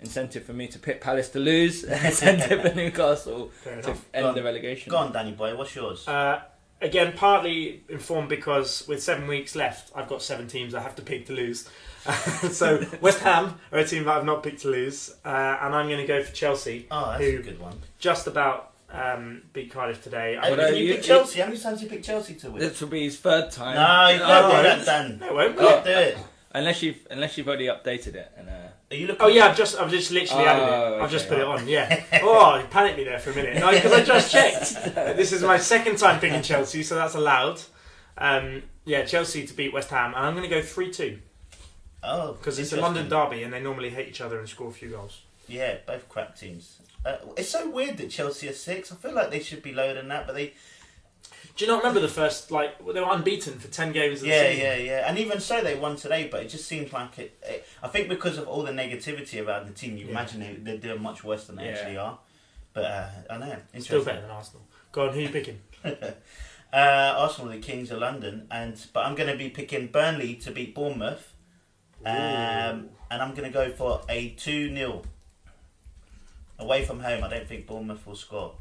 Speaker 3: Incentive for me to pick Palace to lose, incentive for Newcastle
Speaker 2: fair
Speaker 3: to
Speaker 2: enough.
Speaker 3: end
Speaker 1: Go on.
Speaker 3: the relegation.
Speaker 1: Go on, Danny boy. What's yours?
Speaker 2: Uh, again, partly informed because with seven weeks left, I've got seven teams I have to pick to lose. so West Ham are a team that I've not picked to lose, uh, and I'm going to go for Chelsea.
Speaker 1: oh, that's
Speaker 2: who-
Speaker 1: a good one.
Speaker 2: Just about um, beat Cardiff today. I-
Speaker 1: Hey,
Speaker 3: Although
Speaker 1: Uh, can you,
Speaker 3: you-
Speaker 1: pick Chelsea? How many times you pick Chelsea to win?
Speaker 3: This will be his third time.
Speaker 1: no, you can't
Speaker 2: no,
Speaker 1: do
Speaker 2: it's-
Speaker 1: that, Dan.
Speaker 2: no, it won't.
Speaker 3: Oh.
Speaker 1: Can't do it.
Speaker 3: Unless you've unless you've already updated it and uh,
Speaker 1: Are you looking?
Speaker 2: Oh yeah, I've just I've just literally
Speaker 3: Oh,
Speaker 2: added it. I've just
Speaker 3: okay.
Speaker 2: put it on. Yeah. Oh, you panicked me there for a minute. No, because I just checked. This is my second time picking Chelsea, so that's allowed. Um, yeah, Chelsea to beat West Ham, and I'm going to go three-two
Speaker 1: Oh,
Speaker 2: because it's a
Speaker 1: interesting.
Speaker 2: London derby, and they normally hate each other and score a few goals.
Speaker 1: Yeah, both crap teams. Uh, it's so weird that Chelsea are six. I feel like they should be lower than that, but they.
Speaker 2: Do you not remember the first like they were unbeaten for ten games of the
Speaker 1: Yeah,
Speaker 2: season?
Speaker 1: yeah, yeah. And even so, they won today, but it just seems like it. it I think because of all the negativity around the team, you
Speaker 2: Yeah.
Speaker 1: imagine they, they're doing much worse than they
Speaker 3: Yeah.
Speaker 1: actually are. But uh, I know.
Speaker 2: Still
Speaker 1: Interesting.
Speaker 2: better than Arsenal. Go on, who you picking?
Speaker 1: Uh, Arsenal, are the Kings of London, and but I'm going to be picking Burnley to beat Bournemouth, um, and I'm going to go for a two 0 Away from home, I don't think Bournemouth will score,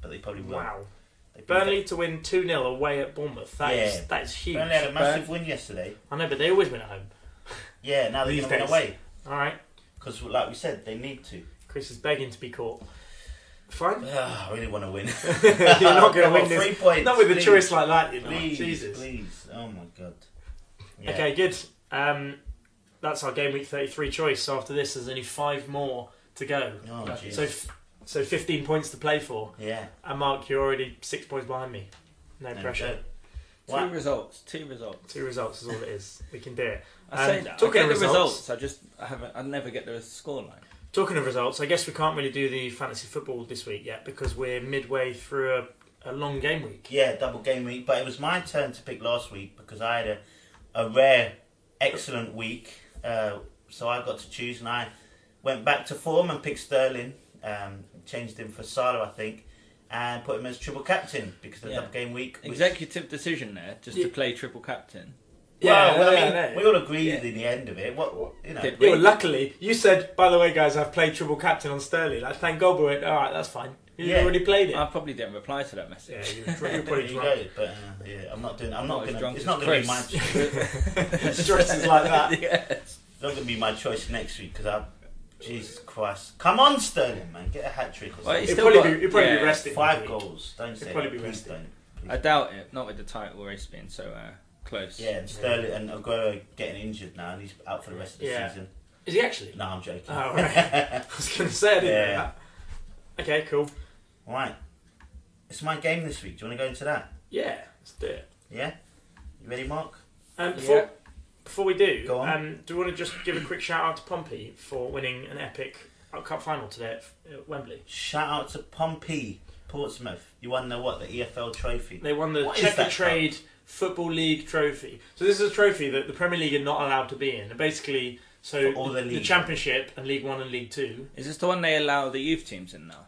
Speaker 1: but they probably will.
Speaker 2: wow,
Speaker 1: They've been-
Speaker 2: Burnley to win two 0 away at Bournemouth. That is
Speaker 1: Yeah.
Speaker 2: that is huge.
Speaker 1: Burnley had a massive win yesterday.
Speaker 2: I know, but they always win at home.
Speaker 1: Yeah, now they're
Speaker 2: These
Speaker 1: going to win
Speaker 2: days.
Speaker 1: away
Speaker 2: All right,
Speaker 1: because, like we said, they need to.
Speaker 2: Chris is begging to be caught. Fine.
Speaker 1: Ah, I really want to win.
Speaker 2: You're not going to
Speaker 1: Come on,
Speaker 2: win this.
Speaker 1: Three points.
Speaker 2: Not with a
Speaker 1: please.
Speaker 2: choice like that, you know.
Speaker 1: Please,
Speaker 2: Jesus.
Speaker 1: please. Oh my god. Yeah.
Speaker 2: Okay, good. Um, that's our game week 33 choice. So after this, there's only five more to go.
Speaker 1: Oh,
Speaker 3: Okay.
Speaker 1: jeez.
Speaker 2: So, f- so 15 points to play for.
Speaker 1: yeah.
Speaker 2: And Mark, you're already six points behind me. No
Speaker 1: there we
Speaker 2: pressure.
Speaker 1: go.
Speaker 3: two
Speaker 1: Wow.
Speaker 3: results, two results.
Speaker 2: Two results is all it is. We can do it.
Speaker 3: I say
Speaker 2: Um,
Speaker 1: uh,
Speaker 3: that. I
Speaker 2: talking
Speaker 3: get
Speaker 2: of
Speaker 3: the
Speaker 2: results-
Speaker 3: results, I just I haven't. I never get the scoreline.
Speaker 2: Talking of results, I guess we can't really do the fantasy football this week yet because we're midway through a, a long game week.
Speaker 1: Yeah, double game week. But it was my turn to pick last week because I had a, a rare, excellent week. Uh, so I got to choose and I went back to form and picked Sterling. Um, changed him for Salah, I think, and put him as triple captain because of the
Speaker 3: Yeah.
Speaker 1: double game week. which-
Speaker 3: Executive decision there, just
Speaker 2: Yeah.
Speaker 3: to play triple captain.
Speaker 1: Yeah, well, I mean,
Speaker 2: I know.
Speaker 1: we all agreed
Speaker 3: Yeah.
Speaker 1: in the end of it. What, what you know?
Speaker 3: Did
Speaker 2: Yeah,
Speaker 3: we?
Speaker 2: well, luckily, you said, by the way, guys, I've played triple captain on Sterling. Like, thank God we went, all right, that's fine. You've
Speaker 1: Yeah.
Speaker 2: already played it.
Speaker 3: I probably didn't reply to that
Speaker 2: yeah,
Speaker 3: message.
Speaker 2: you're, dr- you're
Speaker 1: There
Speaker 2: probably
Speaker 1: you
Speaker 2: drunk.
Speaker 1: go. But uh, yeah, I'm not doing. I'm
Speaker 3: Not
Speaker 1: not,
Speaker 3: as
Speaker 1: gonna.
Speaker 3: drunk
Speaker 1: It's
Speaker 3: as
Speaker 1: not gonna be my.
Speaker 3: Chris.
Speaker 1: It's
Speaker 2: Stresses like that.
Speaker 3: Yes.
Speaker 1: not gonna be my choice next week because I. Jesus Christ! Come on, Sterling, man, get a hat trick or
Speaker 3: Well,
Speaker 1: something.
Speaker 3: he's
Speaker 2: You'd
Speaker 3: still
Speaker 2: probably,
Speaker 3: got-
Speaker 2: be, you'd probably be
Speaker 3: yeah,
Speaker 2: rested.
Speaker 1: Five
Speaker 2: midweek.
Speaker 1: goals. Don't say
Speaker 2: It'd probably
Speaker 1: that.
Speaker 2: be
Speaker 1: Please
Speaker 2: rested.
Speaker 1: don't.
Speaker 3: I doubt it. Not with the title race being so uh, close.
Speaker 1: Yeah, and Sterling and Aguero getting injured now, and he's out for the rest of the
Speaker 2: Yeah.
Speaker 1: season.
Speaker 2: Is he actually?
Speaker 1: No, I'm joking.
Speaker 2: Oh, right. I was going to say, I didn't know
Speaker 1: Yeah.
Speaker 2: that. Okay, cool.
Speaker 1: right, it's my game this week. Do you want to go into that?
Speaker 2: Yeah, let's do it.
Speaker 1: Yeah, you ready, Mark?
Speaker 2: Um, before,
Speaker 3: Yeah.
Speaker 2: before we do,
Speaker 1: Go on.
Speaker 2: Um, do you want to just give a quick shout out to Pompey for winning an epic Cup final today at, at Wembley?
Speaker 1: Shout out to Pompey, Portsmouth. You won the what? The EFL trophy.
Speaker 2: They won the
Speaker 1: What is
Speaker 2: Checker
Speaker 1: that
Speaker 2: Trade Football League trophy. So this is a trophy that the Premier League are not allowed to be in. And basically, so
Speaker 1: For all the
Speaker 2: the,
Speaker 1: league.
Speaker 2: Championship and League One and League Two.
Speaker 3: Is this the one they allow the youth teams in now?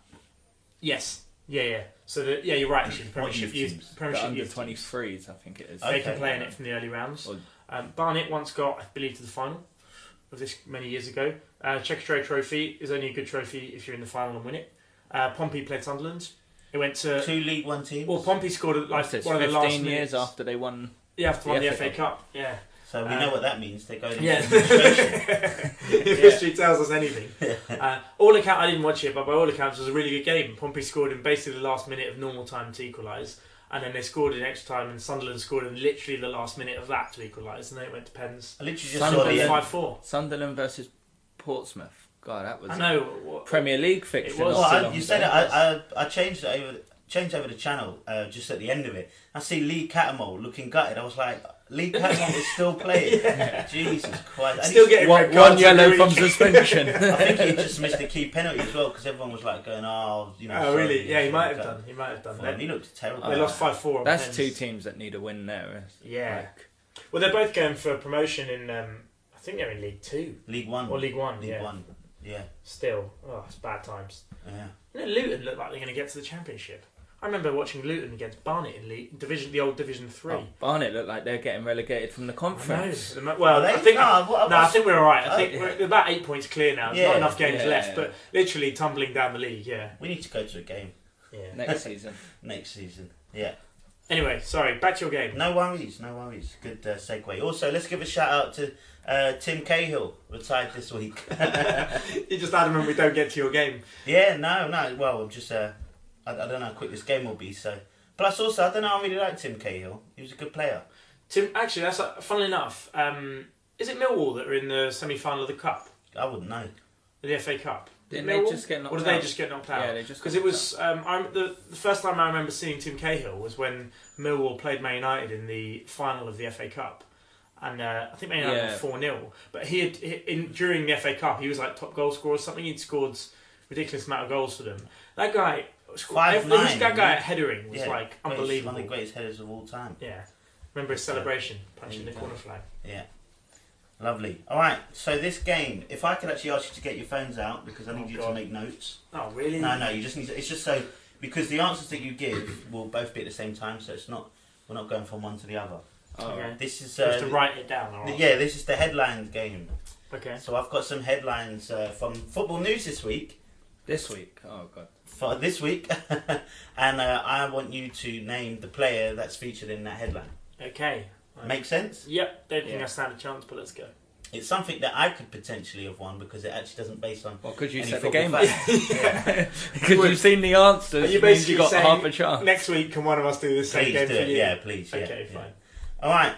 Speaker 2: Yes. Yeah, yeah. So the, yeah, you're right. Actually, the
Speaker 1: What youth
Speaker 2: Premiership youth,
Speaker 1: teams?
Speaker 3: The
Speaker 2: Premiership
Speaker 3: under
Speaker 2: youth teams.
Speaker 3: 23s, I think it is.
Speaker 2: They
Speaker 1: Okay.
Speaker 2: can play in it from the early rounds.
Speaker 3: Or-
Speaker 2: Um, Barnet once got, I believe, to the final of this many years ago. Uh, Checker Trade Trophy is only a good trophy if you're in the final and win it. Uh, Pompey played Sunderland. It went to.
Speaker 1: Two League One teams.
Speaker 2: Well, Pompey scored at like
Speaker 3: It's
Speaker 2: one of the last
Speaker 3: 15 years
Speaker 2: minutes.
Speaker 3: after they won.
Speaker 2: Yeah, after won
Speaker 3: the
Speaker 2: the
Speaker 3: FA
Speaker 2: FA Cup. Yeah.
Speaker 1: So we
Speaker 2: Uh,
Speaker 1: know what that means. They're going.
Speaker 2: Yeah.
Speaker 1: into administration.
Speaker 2: if history tells us anything. Uh, all account I didn't watch it, but by all accounts, it was a really good game. Pompey scored in basically the last minute of normal time to equalise. and then they scored in extra time, and Sunderland scored in literally the last minute of that to equalise, and then it went to pens.
Speaker 1: I literally just saw
Speaker 3: Sunderland-
Speaker 1: the
Speaker 2: Sunderland
Speaker 1: end.
Speaker 2: five four.
Speaker 3: Sunderland versus Portsmouth. God, that was
Speaker 2: I know. What,
Speaker 3: Premier League fixture.
Speaker 2: was.
Speaker 3: not
Speaker 1: Well,
Speaker 3: so
Speaker 1: I,
Speaker 3: long
Speaker 1: you said it.
Speaker 3: ago.
Speaker 1: I, I, I changed it over changed over the channel uh, just at the end of it. I see Lee Catamol looking gutted. I was like, Lee Catamol is still playing. Jesus Christ! And he's-
Speaker 2: Still getting
Speaker 3: one,
Speaker 2: red cards
Speaker 3: one yellow
Speaker 2: every
Speaker 3: from
Speaker 2: week.
Speaker 3: suspension.
Speaker 1: I think he just missed a key penalty as well because everyone was like going, "Oh, you know."
Speaker 2: Oh
Speaker 1: sorry,
Speaker 2: really? Yeah, he
Speaker 1: sorry,
Speaker 2: might have
Speaker 1: cut."
Speaker 2: done. He might have done.
Speaker 1: Fuck,
Speaker 2: They,
Speaker 1: he looked terrible.
Speaker 2: they lost five four.
Speaker 3: Uh, That's two teams that need a win there. eh?
Speaker 2: Yeah.
Speaker 3: Like, oh,
Speaker 2: Well, they're both going for promotion in. Um, I think they're in League Two
Speaker 1: League One.
Speaker 2: or League One.
Speaker 1: League
Speaker 2: yeah.
Speaker 1: One. Yeah.
Speaker 2: Still, oh, it's bad times.
Speaker 1: Yeah.
Speaker 2: You know, Luton look like they're going to get to the Championship. I remember watching Luton against Barnet in League Division, the old Division Three.
Speaker 3: oh, Barnet look like they're getting relegated from the conference.
Speaker 2: I know. Well,
Speaker 1: Are
Speaker 2: I
Speaker 1: they?
Speaker 2: think.
Speaker 1: No, I- I-
Speaker 2: no, I think we're all right. I
Speaker 1: Oh,
Speaker 2: think
Speaker 1: yeah.
Speaker 2: we're about eight points clear now. There's
Speaker 1: Yeah,
Speaker 2: not enough games
Speaker 3: yeah.
Speaker 2: left, but literally tumbling down the league. Yeah.
Speaker 1: We need to go to a game
Speaker 2: Yeah.
Speaker 3: Next season.
Speaker 1: next season. Yeah.
Speaker 2: Anyway, sorry. Back to your game.
Speaker 1: No worries, no worries. Good uh, segue. Also, let's give a shout out to uh, Tim Cahill, retired this week.
Speaker 2: You're just adamant we don't get to your game.
Speaker 1: yeah, no, no. Well, I'm just, uh, I, I don't know how quick this game will be. So, plus also, I don't know. I really like Tim Cahill. He was a good player.
Speaker 2: Tim, actually, that's uh, funnily enough. Um, is it Millwall that are in the semi-final of the cup,
Speaker 1: I wouldn't know.
Speaker 2: the FA Cup?
Speaker 3: Didn't
Speaker 2: Millwall?
Speaker 3: they just get knocked
Speaker 2: Or
Speaker 3: out?
Speaker 2: did they just get knocked out?
Speaker 3: Yeah, they just
Speaker 2: Because
Speaker 3: got
Speaker 2: it was um, I, rem- the, the first time I remember seeing Tim Cahill was when Millwall played Man United in the final of the FA Cup, and uh, I think Man United
Speaker 3: Yeah.
Speaker 2: won four 0 But he had he- in during the FA Cup he was like top goal scorer or something. He'd scored ridiculous amount of goals for them. That guy,
Speaker 1: Five
Speaker 2: every-
Speaker 1: nine,
Speaker 2: that guy
Speaker 1: yeah.
Speaker 2: at Headering was
Speaker 1: Yeah, Greatest-
Speaker 2: like
Speaker 1: One of the
Speaker 2: unbelievable.
Speaker 1: greatest headers of all time.
Speaker 2: Yeah, remember his celebration
Speaker 1: There
Speaker 2: punching the
Speaker 1: you go.
Speaker 2: corner flag.
Speaker 1: Yeah. Lovely. All right. So this game, if I could actually ask you to get your phones out because I need
Speaker 2: Oh,
Speaker 1: you to
Speaker 2: God.
Speaker 1: make notes.
Speaker 2: Oh really?
Speaker 1: No, no. You just need. To, it's just so because the answers that you give will both be at the same time. So it's not. We're not going from one to the other.
Speaker 2: Okay.
Speaker 3: Oh,
Speaker 1: This is.
Speaker 2: Just to
Speaker 1: Uh,
Speaker 2: write it down. All right.
Speaker 1: yeah, this is the headlines game.
Speaker 2: Okay.
Speaker 1: So I've got some headlines uh, from football news this week
Speaker 3: This week. Oh god.
Speaker 1: for this week, and uh, I want you to name the player that's featured in that headline.
Speaker 2: Okay. Right.
Speaker 1: Make sense?
Speaker 2: Yep. Don't think
Speaker 3: Yeah.
Speaker 2: I stand a chance, but let's go.
Speaker 1: It's something that I could potentially have won because it actually doesn't base on.
Speaker 3: Well, could you
Speaker 1: any
Speaker 3: set the
Speaker 1: football
Speaker 3: game
Speaker 1: facts.
Speaker 3: Because you've seen the answers,
Speaker 2: Are you
Speaker 3: it means
Speaker 2: basically
Speaker 3: you got
Speaker 2: saying-
Speaker 3: half a chance.
Speaker 2: Next week, can one of us do the same
Speaker 1: Oh. Please
Speaker 2: game
Speaker 1: do
Speaker 2: for
Speaker 1: it.
Speaker 2: you?
Speaker 1: Yeah, please. Yeah,
Speaker 2: okay,
Speaker 1: yeah.
Speaker 2: fine.
Speaker 1: All right.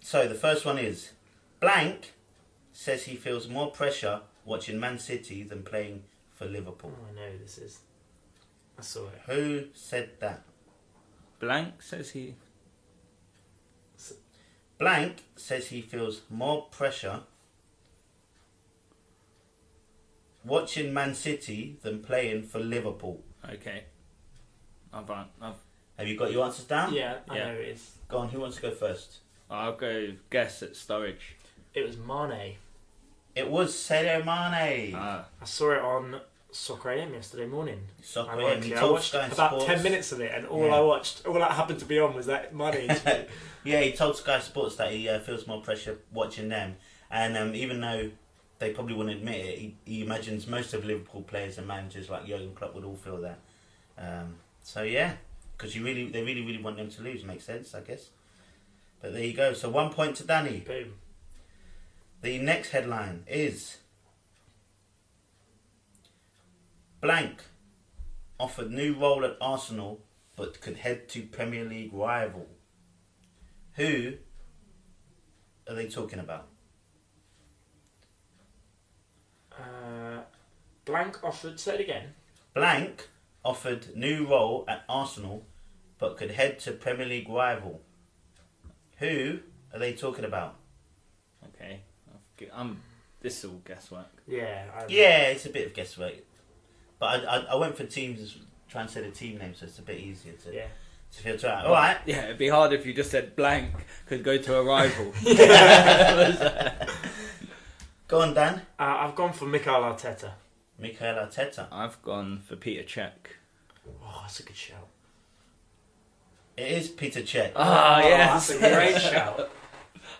Speaker 1: So the first one is blank says he feels more pressure watching Man City than playing for
Speaker 2: Oh,
Speaker 1: Liverpool.
Speaker 2: I know who this is. I saw it.
Speaker 1: Who said that?
Speaker 3: Blank says he.
Speaker 1: Blank says he feels more pressure watching Man City than playing for Liverpool.
Speaker 3: Okay. I've, an- I've,
Speaker 1: Have you got your answers down?
Speaker 2: Yeah, I
Speaker 3: Yeah.
Speaker 2: know it is.
Speaker 1: Go on. Who wants to go first?
Speaker 3: I'll go guess at storage.
Speaker 2: It was Mane.
Speaker 1: It was Sadio Mane.
Speaker 3: Ah,
Speaker 2: I saw it on Soccer AM yesterday morning.
Speaker 1: Soccer.
Speaker 2: Ironically,
Speaker 1: he
Speaker 2: I
Speaker 1: told
Speaker 2: watched
Speaker 1: Sky
Speaker 2: about
Speaker 1: Sports-
Speaker 2: ten minutes of it, and all
Speaker 1: Yeah.
Speaker 2: I watched, all that happened to be on, was that Mane.
Speaker 1: Yeah, he told Sky Sports that he uh, feels more pressure watching them, and um, even though they probably wouldn't admit it, he, he imagines most of Liverpool players and managers like Jurgen Klopp would all feel that. Um, so yeah, because you really, they really, really want them to lose. Makes sense, I guess. But there you go. So one point to Danny.
Speaker 2: Boom.
Speaker 1: The next headline is blank offered new role at Arsenal but could head to Premier League rival. Who are they talking about?
Speaker 2: Uh, blank offered. Say it again.
Speaker 1: Blank offered new role at Arsenal but could head to Premier League rival. Who are they talking about?
Speaker 3: okay. I've g- I'm. This is all guesswork.
Speaker 2: Yeah. I
Speaker 1: Yeah, it's a bit of guesswork. But I, I, I went for teams, trying to say the team name, so it's a bit easier to,
Speaker 2: Yeah.
Speaker 1: to filter out. All right.
Speaker 3: Yeah, it'd be hard if you just said blank could go to a rival.
Speaker 1: Go on, Dan.
Speaker 2: Uh, I've gone for Mikel Arteta.
Speaker 1: Mikel Arteta.
Speaker 3: I've gone for Peter Check.
Speaker 2: Oh, that's a good shout.
Speaker 1: It is Peter Cech.
Speaker 3: Ah,
Speaker 2: oh,
Speaker 3: yes.
Speaker 2: That's a great shout.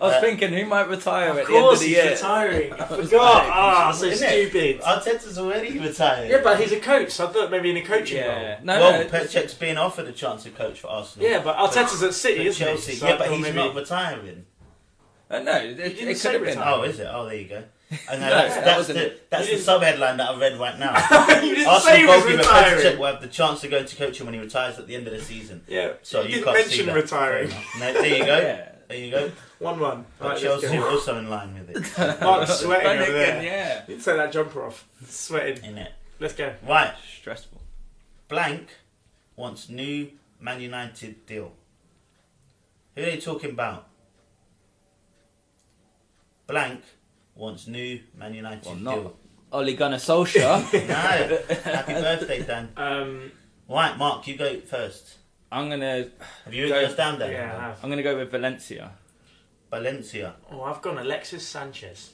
Speaker 3: I was
Speaker 1: Uh,
Speaker 3: thinking who might retire
Speaker 2: of
Speaker 3: at the end
Speaker 2: course,
Speaker 3: of the
Speaker 2: he's
Speaker 3: year.
Speaker 2: retiring. I
Speaker 3: was
Speaker 2: forgot.
Speaker 3: like,
Speaker 2: Ah, so
Speaker 1: Isn't it?
Speaker 2: stupid.
Speaker 1: Arteta's already retired.
Speaker 2: Yeah, but he's a coach, so I thought maybe in a coaching
Speaker 3: Yeah.
Speaker 2: role.
Speaker 3: No,
Speaker 1: well,
Speaker 3: no,
Speaker 1: Peter Cech's being offered a chance to coach for Arsenal.
Speaker 2: Yeah, but Arteta's at City,
Speaker 1: For
Speaker 2: isn't
Speaker 1: Chelsea.
Speaker 2: he? So I
Speaker 1: yeah, but
Speaker 2: thought
Speaker 1: he's
Speaker 2: maybe-
Speaker 1: not retiring.
Speaker 3: uh, no, it,
Speaker 2: didn't
Speaker 3: it
Speaker 2: say
Speaker 3: could have been.
Speaker 2: retire.
Speaker 1: Oh, is it? Oh, there you go. I know
Speaker 3: No,
Speaker 1: that's,
Speaker 3: that
Speaker 1: that's
Speaker 3: wasn't
Speaker 1: the
Speaker 3: it.
Speaker 1: that's
Speaker 2: You
Speaker 1: the sub headline that I read right now.
Speaker 2: you didn't say
Speaker 1: Arsenal
Speaker 2: he was
Speaker 1: goalkeeper Petr
Speaker 2: retiring.
Speaker 1: Cech will have the chance to go into coaching when he retires at the end of the season.
Speaker 2: Yeah,
Speaker 1: So
Speaker 2: you,
Speaker 1: you,
Speaker 2: didn't
Speaker 1: can't see
Speaker 2: mention
Speaker 1: that.
Speaker 2: retiring.
Speaker 1: Fair enough.
Speaker 3: Oh,
Speaker 1: No, there you go.
Speaker 3: Yeah.
Speaker 1: There you go.
Speaker 2: One one.
Speaker 1: But
Speaker 2: Right, let's
Speaker 1: Chelsea
Speaker 2: go.
Speaker 1: are also in line with it.
Speaker 2: Mark's sweating
Speaker 3: Panic
Speaker 2: over there.
Speaker 3: and- yeah.
Speaker 2: You can take that jumper off. Sweating.
Speaker 1: In it.
Speaker 2: Let's go.
Speaker 1: Right.
Speaker 3: Stressful.
Speaker 1: Blank wants new Man United deal. Who are you talking about? Blank wants new Man United
Speaker 3: Well, not.
Speaker 1: deal.
Speaker 3: Ole Gunnar Solskjaer.
Speaker 1: No. Happy birthday, Dan.
Speaker 2: Um,
Speaker 1: Right, Mark, you go first.
Speaker 3: I'm gonna
Speaker 1: Have you
Speaker 3: Go-
Speaker 1: written us down there?
Speaker 2: yeah, I have.
Speaker 3: I'm gonna go with Valencia.
Speaker 1: Valencia,
Speaker 2: Oh, I've gone Alexis Sanchez.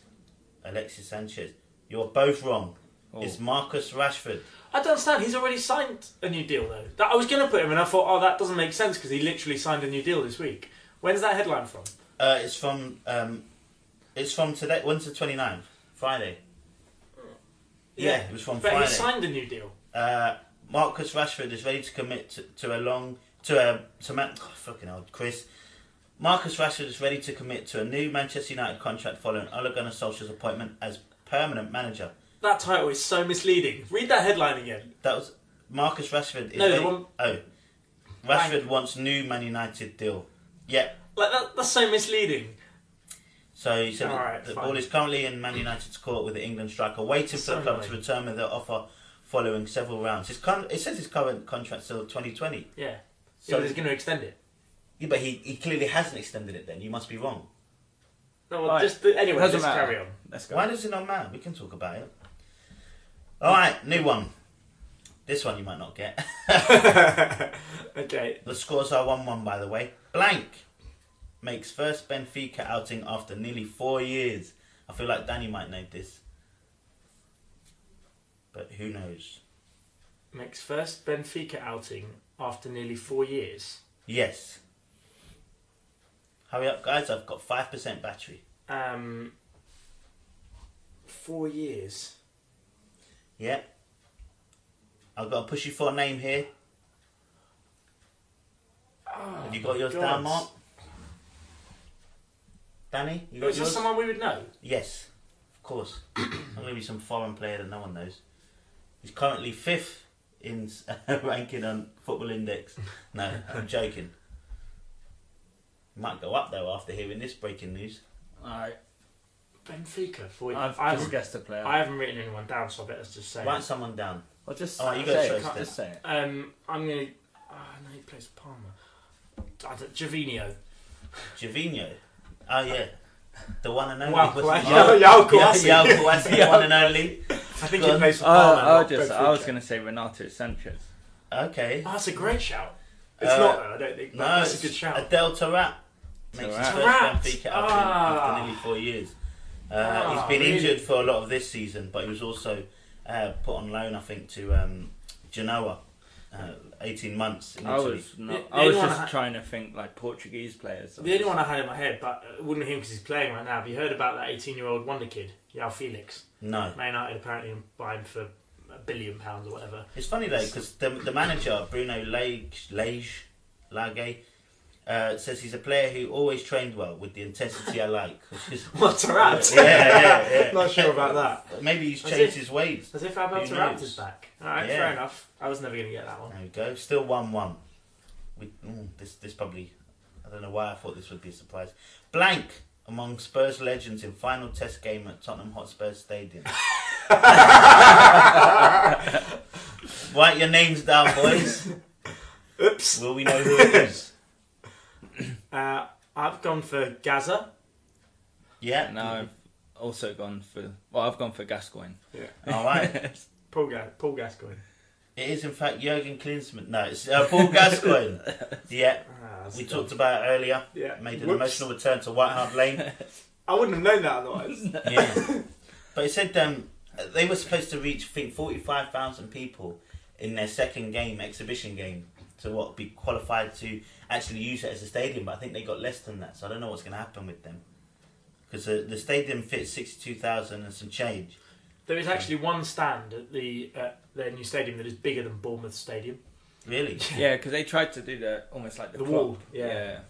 Speaker 1: Alexis Sanchez. You're both wrong.
Speaker 3: Oh.
Speaker 1: It's Marcus Rashford.
Speaker 2: I don't understand. He's already signed a new deal though. That I was going to put him, and I thought, oh, that doesn't make sense because he literally signed a new deal this week. When's that headline from?
Speaker 1: Uh, it's from um, it's from today. When's the 29th? Friday. Yeah, it was from
Speaker 2: But
Speaker 1: Friday.
Speaker 2: he signed a new deal.
Speaker 1: Uh, Marcus Rashford is ready to commit to, to a long to a to man. oh, fucking old Chris. Marcus Rashford is ready to commit to a new Manchester United contract following Ole Gunnar Solskjaer's appointment as permanent manager.
Speaker 2: That title is so misleading. Read that headline again.
Speaker 1: That was Marcus Rashford. Is
Speaker 2: No, the
Speaker 1: ready-
Speaker 2: one-
Speaker 1: Oh, Rashford wants new Man United deal. Yeah.
Speaker 2: Like that, that's so misleading.
Speaker 1: So he said
Speaker 2: All
Speaker 1: that
Speaker 2: right,
Speaker 1: the
Speaker 2: fine.
Speaker 1: ball is currently in Man United's court with the England striker, waiting for
Speaker 2: So
Speaker 1: the club to
Speaker 2: annoying.
Speaker 1: return with their offer following several rounds. His con- it says his current contract's till 2020.
Speaker 2: Yeah. So
Speaker 1: So,
Speaker 2: he's going to extend it.
Speaker 1: yeah, but he, he clearly hasn't extended it then. You must be wrong.
Speaker 2: No, well,
Speaker 3: Right.
Speaker 2: just anyway,
Speaker 3: Doesn't
Speaker 2: just
Speaker 3: matter.
Speaker 2: carry on.
Speaker 3: Let's go.
Speaker 1: Why does it not matter? We can talk about it. All right, new one. This one you might not get.
Speaker 2: okay.
Speaker 1: the scores are 1 1, by the way. Blank makes first Benfica outing after nearly four years. I feel like Danny might know this. But who knows?
Speaker 2: Makes first Benfica outing after nearly four years.
Speaker 1: Yes. Hurry up, guys. I've got 5% battery.
Speaker 2: Um, four years.
Speaker 1: Yep. I've got a pushy for name here. Have you got yours
Speaker 2: Oh God.
Speaker 1: down, Mark? Danny, you got
Speaker 2: Is this
Speaker 1: yours?
Speaker 2: someone we would know?
Speaker 1: Yes, of course. I'm going to be some foreign player that no one knows. He's currently fifth in s- ranking on Football Index. No, I'm joking. Might go up though after hearing this breaking news.
Speaker 3: Alright.
Speaker 2: Benfica. Four years.
Speaker 3: I've
Speaker 2: I
Speaker 3: just
Speaker 2: haven't,
Speaker 3: guessed a player.
Speaker 2: I haven't written anyone down, so I better just say.
Speaker 1: Write someone down.
Speaker 3: Well, just,
Speaker 1: Alright, you go
Speaker 3: say it.
Speaker 1: first
Speaker 3: Can't
Speaker 1: then.
Speaker 3: just say it.
Speaker 2: Um, I'm going to. Ah, no, he plays Palmer. I don't, Jovino.
Speaker 1: Javinho. Oh yeah, the one and only.
Speaker 2: Wow,
Speaker 1: wasn't
Speaker 2: wow,
Speaker 1: he?
Speaker 2: yeah, yeah, of course.
Speaker 1: yeah, yeah, of course, the one and only.
Speaker 2: I think
Speaker 1: Go
Speaker 2: he
Speaker 1: on.
Speaker 2: plays for Palmer.
Speaker 3: Oh,
Speaker 2: not
Speaker 3: just, I was
Speaker 2: Benfica.
Speaker 3: going to say Renato Sanchez.
Speaker 1: Okay.
Speaker 2: Oh, that's a great shout. It's
Speaker 1: Uh,
Speaker 2: not though. I don't think.
Speaker 1: No,
Speaker 2: that's
Speaker 1: it's
Speaker 2: a good shout.
Speaker 1: Adele Tarat makes his
Speaker 3: Tarat.
Speaker 1: first
Speaker 2: Tarat.
Speaker 1: Benfica outing
Speaker 2: Ah.
Speaker 1: after nearly four years. Uh,
Speaker 2: Ah,
Speaker 1: he's been
Speaker 2: really?
Speaker 1: injured for a lot of this season, but he was also uh, put on loan, I think, to um, Genoa, uh, eighteen months in
Speaker 3: I
Speaker 1: Italy.
Speaker 3: was
Speaker 2: The-
Speaker 3: not.
Speaker 2: the
Speaker 3: I was
Speaker 2: only one
Speaker 3: just
Speaker 2: I-
Speaker 3: trying to think like Portuguese players.
Speaker 2: The only one I had in my head, but it wouldn't him because he's playing right now. Have you heard about that 18-year-old wonder kid, Yao Felix?
Speaker 1: No,
Speaker 2: Man United apparently buying for a billion pounds or whatever.
Speaker 1: It's funny though because the, the manager Bruno Lage Lage Lage uh, says he's a player who always trained well with the intensity I like. Which is,
Speaker 2: What Tarat?
Speaker 1: Yeah, yeah, yeah.
Speaker 2: Not sure about that.
Speaker 1: maybe he's
Speaker 2: That's
Speaker 1: changed
Speaker 2: it.
Speaker 1: his ways.
Speaker 2: As if Abel
Speaker 1: Who
Speaker 2: Tarat
Speaker 1: knows?
Speaker 2: is back. All right,
Speaker 1: Yeah.
Speaker 2: fair enough. I was never going to get that one.
Speaker 1: There we go. Still one one. We mm, this this probably. I don't know why I thought this would be a surprise. Blank among Spurs legends in final Test game at Tottenham Hotspur Stadium. Write your names down, boys.
Speaker 2: Oops.
Speaker 1: Will we know who it is?
Speaker 2: Uh, I've gone for Gaza.
Speaker 1: Yeah.
Speaker 3: And I've also gone for. Well, I've gone for Gascoigne.
Speaker 1: All right.
Speaker 2: Paul, Ga- Paul Gascoigne.
Speaker 1: It is in fact Jurgen Klinsmann. No, it's uh, Paul Gascoigne. yeah,
Speaker 2: Ah, that's
Speaker 1: we
Speaker 2: dumb.
Speaker 1: talked about it earlier.
Speaker 2: Yeah.
Speaker 1: Made an
Speaker 2: Whoops.
Speaker 1: emotional return to White Hart Lane.
Speaker 2: I wouldn't have known that otherwise.
Speaker 1: yeah, but it said um, they were supposed to reach, I think, forty-five thousand people in their second game, exhibition game, to what be qualified to actually use it as a stadium. But I think they got less than that, so I don't know what's going to happen with them because the, the stadium fits sixty-two thousand and some change.
Speaker 2: there is actually one stand at the uh, their new stadium that is bigger than Bournemouth Stadium.
Speaker 1: Really?
Speaker 3: Yeah, because they tried to do the almost like the,
Speaker 2: The
Speaker 3: Klopp.
Speaker 2: wall, yeah.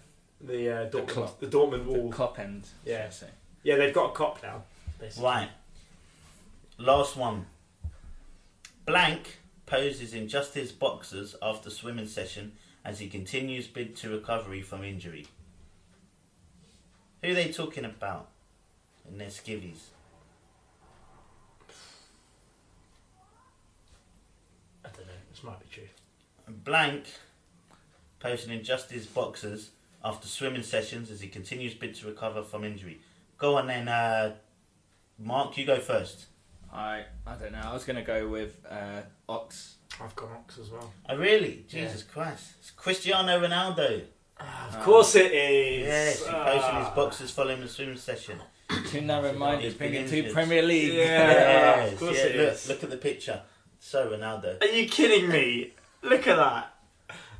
Speaker 2: The uh, Dortmund,
Speaker 3: Klopp.
Speaker 2: the, Dortmund
Speaker 3: the
Speaker 2: wall.
Speaker 3: cop end. should I
Speaker 2: Yeah.
Speaker 3: say.
Speaker 2: Yeah, they've got a cop now. basically.
Speaker 1: Right. Last one. Blank poses in just his boxers after swimming session as he continues bid to recovery from injury. Who are they talking about in their skivvies?
Speaker 2: I don't know. This might be true.
Speaker 1: Blank posting in just his boxers after swimming sessions as he continues bid to recover from injury. Go on then, uh, Mark, you go first.
Speaker 3: I I don't know. I was gonna go with uh, Ox.
Speaker 2: I've got Ox as well.
Speaker 1: Oh, really? Jesus Christ. It's Cristiano Ronaldo.
Speaker 2: of
Speaker 3: Ah.
Speaker 2: course it is.
Speaker 1: Yes,
Speaker 2: Ah.
Speaker 1: he posted his boxers following the swimming session.
Speaker 3: Too narrow-minded,
Speaker 1: He's
Speaker 3: bringing
Speaker 1: been
Speaker 3: two
Speaker 1: injured.
Speaker 3: Premier League.
Speaker 2: Yeah.
Speaker 1: yes,
Speaker 2: of course
Speaker 1: yeah,
Speaker 2: it
Speaker 1: look,
Speaker 2: is.
Speaker 1: look at the picture. So Ronaldo.
Speaker 2: Are you kidding me? Look at that.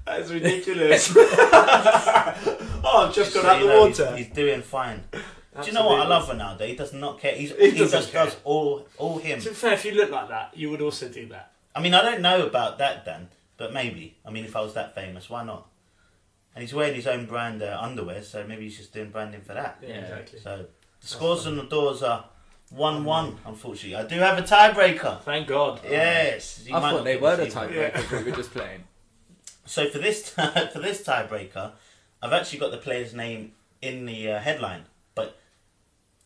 Speaker 2: That is ridiculous. oh, I've just got
Speaker 1: So
Speaker 2: out
Speaker 1: you
Speaker 2: the
Speaker 1: know,
Speaker 2: water.
Speaker 1: He's, he's doing fine. Do you know what? I love Ronaldo. He does not care. He's, he,
Speaker 2: doesn't
Speaker 1: just
Speaker 2: care.
Speaker 1: does all all him.
Speaker 2: To be fair, if you look like that, you would also do that.
Speaker 1: I mean, I don't know about that, Dan, but maybe. I mean, if I was that famous, why not? And he's wearing his own brand uh, underwear, so maybe he's just doing branding for that.
Speaker 2: Yeah,
Speaker 3: Yeah.
Speaker 2: exactly.
Speaker 1: So the scores on the doors are one-one. Unfortunately, I do have a tiebreaker.
Speaker 2: Thank God.
Speaker 1: Yes, you
Speaker 3: I
Speaker 1: might
Speaker 3: thought
Speaker 1: not
Speaker 3: they
Speaker 1: get
Speaker 3: were the
Speaker 1: this either.
Speaker 3: tiebreaker we were just playing.
Speaker 1: So for this for this tiebreaker, I've actually got the player's name in the uh, headline, but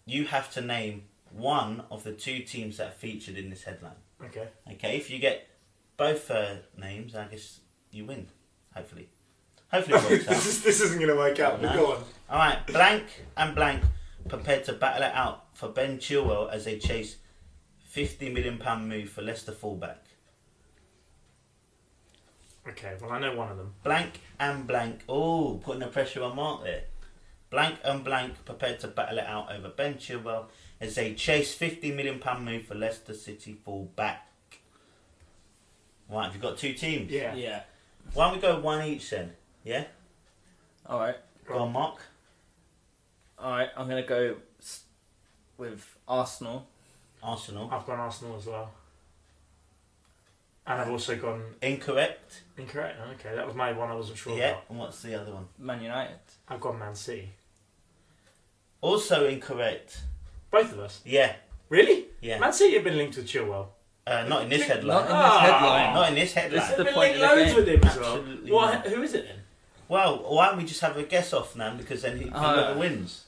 Speaker 1: you have to name one of the two teams that featured in this headline.
Speaker 2: Okay.
Speaker 1: Okay, if you get both uh, names, I guess you win. Hopefully, hopefully it works out.
Speaker 2: is, this isn't going to work out,
Speaker 1: but go All right, blank and blank prepared to battle it out for Ben Chilwell as they chase fifty million pound move for Leicester fullback.
Speaker 2: Okay, well, I know one of them.
Speaker 1: Blank and blank. Oh, putting the pressure on Mark there. Blank and blank prepared to battle it out over Ben Chilwell as they chase £50 million move for Leicester City full back. Right, have you got two teams?
Speaker 2: Yeah.
Speaker 3: Yeah.
Speaker 1: Why don't we go one each then? Yeah?
Speaker 3: All right.
Speaker 1: Go on, Mark.
Speaker 3: All right. I'm gonna go s- with Arsenal.
Speaker 1: Arsenal.
Speaker 2: I've gone Arsenal as well. And I've also gone
Speaker 1: Incorrect.
Speaker 2: incorrect. Okay, that was my one I wasn't sure
Speaker 1: yeah.
Speaker 2: about.
Speaker 1: And what's the other one?
Speaker 3: Man United.
Speaker 2: I've gone Man City.
Speaker 1: Also incorrect.
Speaker 2: Both of us.
Speaker 1: Yeah.
Speaker 2: Really?
Speaker 1: Yeah.
Speaker 2: Man City have been linked with Chilwell.
Speaker 1: Uh, not in this
Speaker 3: Not
Speaker 1: headline.
Speaker 3: in
Speaker 2: Ah.
Speaker 3: this headline.
Speaker 1: Not in this
Speaker 3: This
Speaker 1: headline.
Speaker 3: is
Speaker 2: They've
Speaker 3: the
Speaker 2: been
Speaker 3: point
Speaker 2: linked
Speaker 3: of the
Speaker 2: loads
Speaker 3: game.
Speaker 2: with him as well.
Speaker 1: Absolutely.
Speaker 2: Well,
Speaker 1: not.
Speaker 2: who is it then?
Speaker 1: Well, why don't we just have a guess off now? Because then he- whoever
Speaker 3: Uh,
Speaker 1: wins.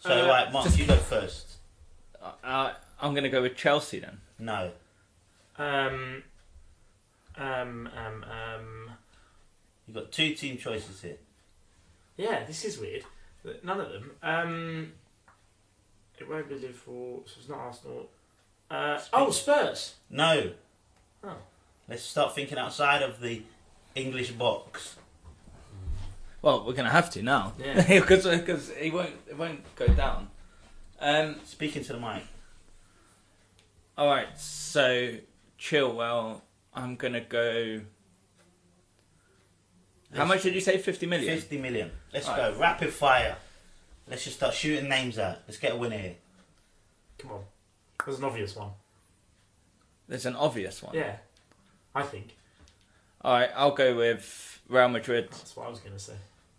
Speaker 1: So,
Speaker 2: uh,
Speaker 1: right, Mark,
Speaker 3: just-
Speaker 1: you go first.
Speaker 3: Uh, I'm gonna go with Chelsea then.
Speaker 1: No.
Speaker 2: Um, um, um, um.
Speaker 1: You've got two team choices here.
Speaker 2: Yeah, this is weird. None of them. Um, it won't be Liverpool, so it's not Arsenal. Uh, oh, Spurs.
Speaker 1: No.
Speaker 2: Oh.
Speaker 1: Let's start thinking outside of the English box.
Speaker 3: Well, we're gonna have to now.
Speaker 2: Yeah.
Speaker 3: Because because it won't it won't go down. Um.
Speaker 1: Speaking to the mic.
Speaker 3: All right. So Chilwell. I'm gonna go. How
Speaker 1: Yes.
Speaker 3: much did you say? Fifty million.
Speaker 1: 50 million. Let's
Speaker 3: All
Speaker 1: go. Rapid fire. Let's just start shooting names out. Let's get a winner here.
Speaker 2: Come on, there's an obvious one.
Speaker 3: There's an obvious one.
Speaker 2: Yeah, I think
Speaker 3: All right. I'll go with Real Madrid.
Speaker 2: that's what I was going to say.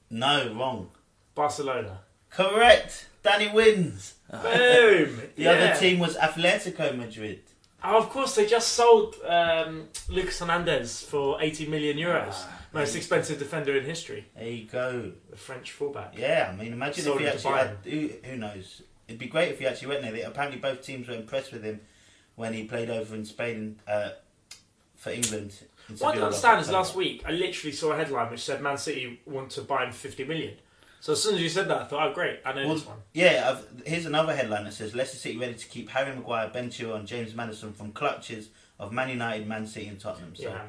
Speaker 1: No, wrong.
Speaker 2: Barcelona.
Speaker 1: Correct. Danny wins.
Speaker 2: Boom.
Speaker 1: Uh-huh. The
Speaker 2: yeah.
Speaker 1: other team was Atletico Madrid.
Speaker 2: Oh, of course, they just sold um, Lucas Hernandez for 80 million euros,
Speaker 1: Ah,
Speaker 2: most expensive defender in history,
Speaker 1: There you go.
Speaker 2: the French fullback.
Speaker 1: Yeah, I mean, imagine if
Speaker 2: Sold
Speaker 1: he
Speaker 2: him to
Speaker 1: actually had. Who, who knows? It'd be great if he actually went there. They- Apparently, both teams were impressed with him when he played over in Spain uh, for England. in
Speaker 2: What I don't
Speaker 1: Sevilla.
Speaker 2: understand is last week I literally saw a headline which said Man City want to buy him for 50 million. So as soon as you said that, I thought, oh great, I know
Speaker 1: Well,
Speaker 2: this one.
Speaker 1: Yeah, I've, here's another headline that says Leicester City ready to keep Harry Maguire, Ben Chilwell, and James Madison from clutches of Man United, Man City, and Tottenham. So,
Speaker 2: Yeah.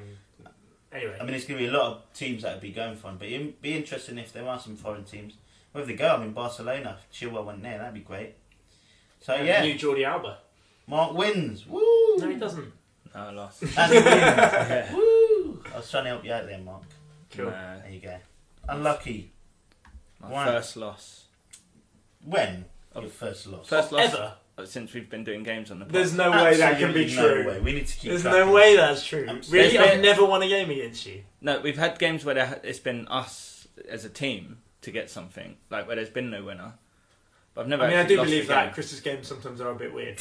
Speaker 2: um, anyway,
Speaker 1: I mean, it's going to be a lot of teams that would be going for him, but it'd be interesting if there are some foreign teams. Where they go? I mean, Barcelona, if Chilwell went there, that'd be great. So,
Speaker 2: and
Speaker 1: yeah,
Speaker 2: the new Jordi Alba.
Speaker 1: Mark wins. Woo!
Speaker 2: No, he doesn't.
Speaker 3: No, I lost.
Speaker 1: Danny wins.
Speaker 3: Yeah.
Speaker 1: Woo! I was trying to help you out there, Mark.
Speaker 2: Cool.
Speaker 3: Nah,
Speaker 1: There you go. Unlucky.
Speaker 3: my
Speaker 1: Why?
Speaker 3: first loss.
Speaker 1: When?
Speaker 3: Oh.
Speaker 1: Your first loss.
Speaker 3: First loss uh,
Speaker 2: Ever.
Speaker 3: since we've been doing games on the.
Speaker 2: There's
Speaker 3: pod.
Speaker 2: no way that can be
Speaker 1: Absolutely
Speaker 2: true.
Speaker 1: No way. We need to keep
Speaker 2: There's
Speaker 1: track
Speaker 2: no
Speaker 1: of
Speaker 2: way that's true.
Speaker 1: Absolutely.
Speaker 2: Really, I've
Speaker 3: There's-
Speaker 2: never won a game against you.
Speaker 3: No, we've had games where there, it's been us as a team to get something, like where there's been no winner. But I've never.
Speaker 2: I mean, I
Speaker 3: actually
Speaker 2: do
Speaker 3: lost
Speaker 2: believe
Speaker 3: a
Speaker 2: that
Speaker 3: game.
Speaker 2: Chris's games sometimes are a bit weird.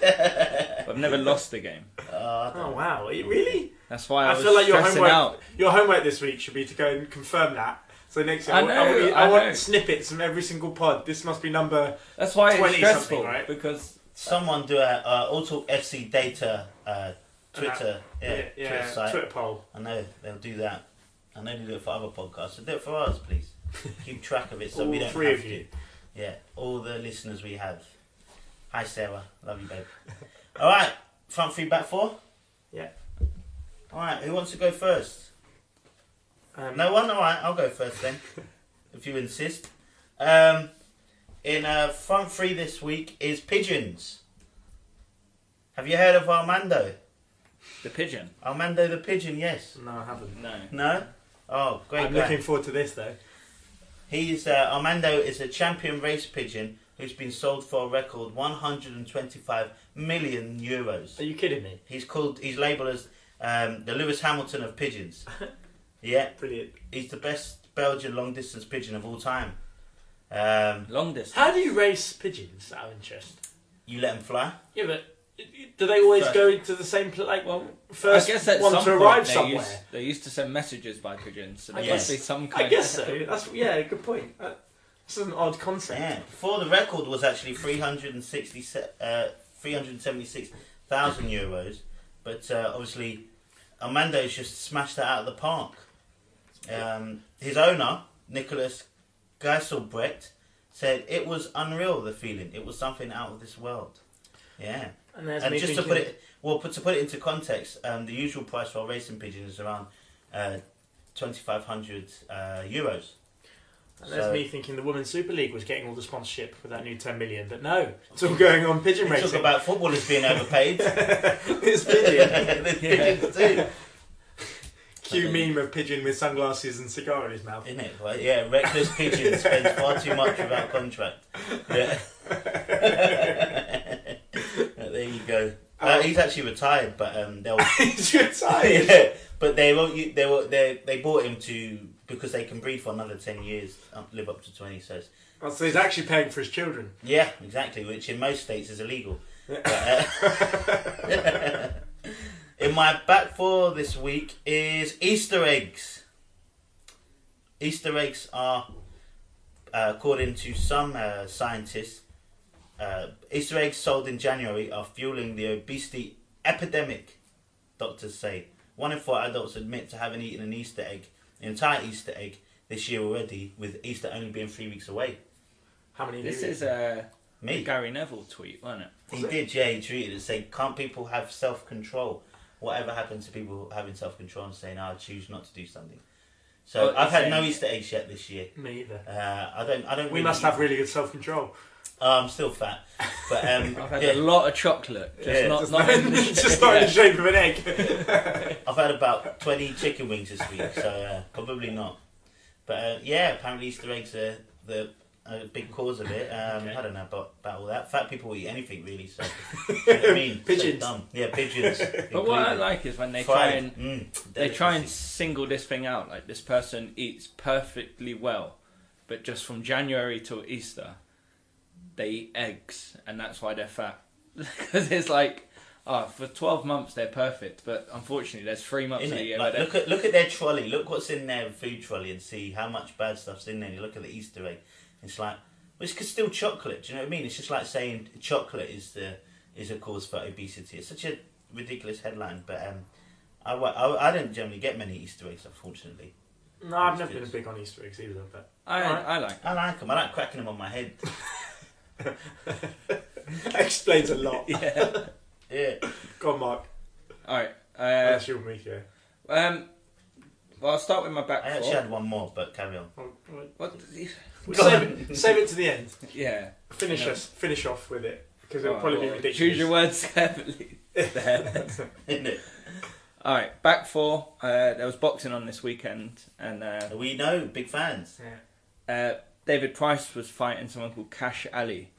Speaker 3: But I've never lost a game.
Speaker 1: Uh,
Speaker 2: Oh wow! Are you- Really?
Speaker 3: That's why I,
Speaker 2: I
Speaker 3: was
Speaker 2: feel like your
Speaker 3: stressing
Speaker 2: homework-
Speaker 3: out.
Speaker 2: Your homework this week should be to go and confirm that. So next year, I,
Speaker 3: I
Speaker 2: want- I
Speaker 3: know,
Speaker 2: want, you- I
Speaker 3: I
Speaker 2: want
Speaker 3: know.
Speaker 2: snippets from every single pod. This must be number.
Speaker 3: That's why it's
Speaker 2: 20 something,
Speaker 3: stressful,
Speaker 2: right?
Speaker 3: Because
Speaker 1: Someone do a uh, Auto FC Data uh, Twitter, yeah,
Speaker 2: Yeah, yeah,
Speaker 1: Twitter site.
Speaker 2: Twitter poll.
Speaker 1: I know they'll do that. I know they do it for other podcasts. So do it for ours, please. Keep track of it so
Speaker 2: all
Speaker 1: we don't
Speaker 2: three
Speaker 1: have
Speaker 2: of you.
Speaker 1: to. Yeah, all the listeners we have. Hi, Sarah. Love you, babe. all right, front three, back four.
Speaker 2: Yeah.
Speaker 1: All right, who wants to go first?
Speaker 2: Um,
Speaker 1: No one? Alright, I'll go first then, if you insist. Um, in uh, front three this week is pigeons. Have you heard of Armando?
Speaker 3: the pigeon.
Speaker 1: Armando the pigeon, yes.
Speaker 2: no, I haven't.
Speaker 3: No.
Speaker 1: No? Oh, great.
Speaker 2: I'm
Speaker 1: guy.
Speaker 2: looking forward to this though.
Speaker 1: He's uh, Armando is a champion race pigeon who's been sold for a record 125 million euros.
Speaker 2: Are you kidding me?
Speaker 1: He's called. He's labelled as um, the Lewis Hamilton of pigeons. Yeah,
Speaker 2: Brilliant.
Speaker 1: he's the best Belgian long distance pigeon of all time. Um,
Speaker 3: Long distance.
Speaker 2: How do you race pigeons? Out of interest.
Speaker 1: you let him fly.
Speaker 2: Yeah, but do they always
Speaker 3: First.
Speaker 2: go to the same place? Like
Speaker 3: Well,
Speaker 2: first
Speaker 3: I guess at
Speaker 2: one
Speaker 3: some
Speaker 2: to
Speaker 3: point
Speaker 2: arrive
Speaker 3: they
Speaker 2: somewhere.
Speaker 3: Used, they used to send messages by pigeons, so
Speaker 2: I
Speaker 3: there
Speaker 1: guess-
Speaker 3: must be some kind.
Speaker 2: I guess so.
Speaker 3: of
Speaker 2: That's yeah, good point. That- That's an odd concept.
Speaker 1: Yeah, before the record was actually 360, uh, 376,000 euros, but uh, obviously Armando's just smashed that out of the park. Um, his owner, Nicholas Geiselbrecht, said, It was unreal, the feeling. It was something out of this world. Yeah.
Speaker 2: And, there's
Speaker 1: and
Speaker 2: me
Speaker 1: just to
Speaker 2: thinking-
Speaker 1: put it, well, put, to put it into context, um, the usual price for a racing pigeon is around uh, 2,500 uh, euros.
Speaker 2: And That's
Speaker 1: So-
Speaker 2: me thinking the Women's Super League was getting all the sponsorship with that new 10 million, but no, it's all going on pigeon
Speaker 1: We
Speaker 2: racing.
Speaker 1: talk about footballers being overpaid.
Speaker 2: it's pigeon.
Speaker 1: There's pigeons too.
Speaker 2: Cue meme of pigeon with sunglasses and cigar in his mouth.
Speaker 1: Isn't it? Well, yeah, reckless pigeon spends far too much without contract. Yeah. there you go. Uh, he's actually retired, but um, they'll.
Speaker 2: He's retired.
Speaker 1: yeah, but they won't. u- They will. They they bought him to because they can breed for another ten years, up, live up to twenty. So it's-
Speaker 2: Oh, so he's actually paying for his children.
Speaker 1: yeah, exactly. Which in most states is illegal. But, uh, in my back four this week is Easter eggs. Easter eggs are, uh, according to some uh, scientists, uh, Easter eggs sold in January are fueling the obesity epidemic, doctors say. One in four adults admit to having eaten an Easter egg, an entire Easter egg, this year already, with Easter only being three weeks away.
Speaker 2: How many
Speaker 3: This
Speaker 2: new-
Speaker 3: is uh, a
Speaker 1: Me.
Speaker 3: Gary Neville tweet, wasn't it?
Speaker 1: He did, yeah. He tweeted and saying, "Can't people have self control? Whatever happened to people having self control and saying, I choose not to do something." So
Speaker 3: Oh,
Speaker 1: I've had
Speaker 3: same.
Speaker 1: no Easter eggs yet this year.
Speaker 2: Me either.
Speaker 1: Uh, I don't. I don't.
Speaker 2: We
Speaker 1: really
Speaker 2: must
Speaker 1: eat-
Speaker 2: have really good self control.
Speaker 1: Oh, I'm still fat, but um,
Speaker 3: I've had
Speaker 1: yeah,
Speaker 3: a lot of chocolate, just
Speaker 1: Yeah.
Speaker 3: not
Speaker 2: Just
Speaker 3: not
Speaker 2: not
Speaker 3: in the
Speaker 2: just not in the shape of an egg.
Speaker 1: I've had about twenty chicken wings this week, so uh, probably not. But uh, yeah, apparently Easter eggs are the a big cause of it. Um,
Speaker 3: Okay.
Speaker 1: I don't know about, about all that. Fat people eat anything really. So I mean, so
Speaker 2: Pigeons.
Speaker 1: dumb. yeah, pigeons.
Speaker 3: But what I
Speaker 1: included.
Speaker 3: like is when they try
Speaker 1: Fried,
Speaker 3: and
Speaker 1: mm,
Speaker 3: they try and
Speaker 1: delicacy.
Speaker 3: single this thing out. Like this person eats perfectly well, but just from January till Easter, they eat eggs, and that's why they're fat. Because it's like, ah, for twelve months they're perfect, but unfortunately there's three months
Speaker 1: Isn't
Speaker 3: of the year
Speaker 1: it?
Speaker 3: where
Speaker 1: Like,
Speaker 3: they're
Speaker 1: look at look at their trolley. Look what's in their food trolley and see how much bad stuff's in there. And you look at the Easter egg. It's like well, it's still chocolate. Do you know what I mean? It's just like saying chocolate is the is a cause for obesity. It's such a ridiculous headline. But um, I wa- I, I don't generally get many Easter eggs, unfortunately.
Speaker 2: no, I've never been big on Easter eggs either, but
Speaker 3: I,
Speaker 2: Alright.
Speaker 3: I like.
Speaker 1: I like them. I like cracking them on my head.
Speaker 2: that explains a lot.
Speaker 3: Yeah.
Speaker 1: Yeah.
Speaker 2: Go on, Mark.
Speaker 3: All right. Uh,
Speaker 2: That's your week, yeah.
Speaker 3: um, well, I'll start with my
Speaker 1: I
Speaker 3: back
Speaker 1: actually
Speaker 3: four.
Speaker 1: had one more, but carry on.
Speaker 2: Well, well,
Speaker 3: What?
Speaker 2: we'll
Speaker 1: Go
Speaker 2: save,
Speaker 1: on.
Speaker 2: it, save it to the end.
Speaker 3: Yeah.
Speaker 2: Finish
Speaker 3: No.
Speaker 2: us, finish off with it because it'll
Speaker 3: Alright,
Speaker 2: probably
Speaker 3: well,
Speaker 2: be ridiculous.
Speaker 3: Choose your words carefully. There.
Speaker 1: Isn't it?
Speaker 3: All right, back four. Uh, there was boxing on this weekend, and uh,
Speaker 1: We know, big fans.
Speaker 2: Yeah.
Speaker 3: uh, David Price was fighting someone called Cash Alley,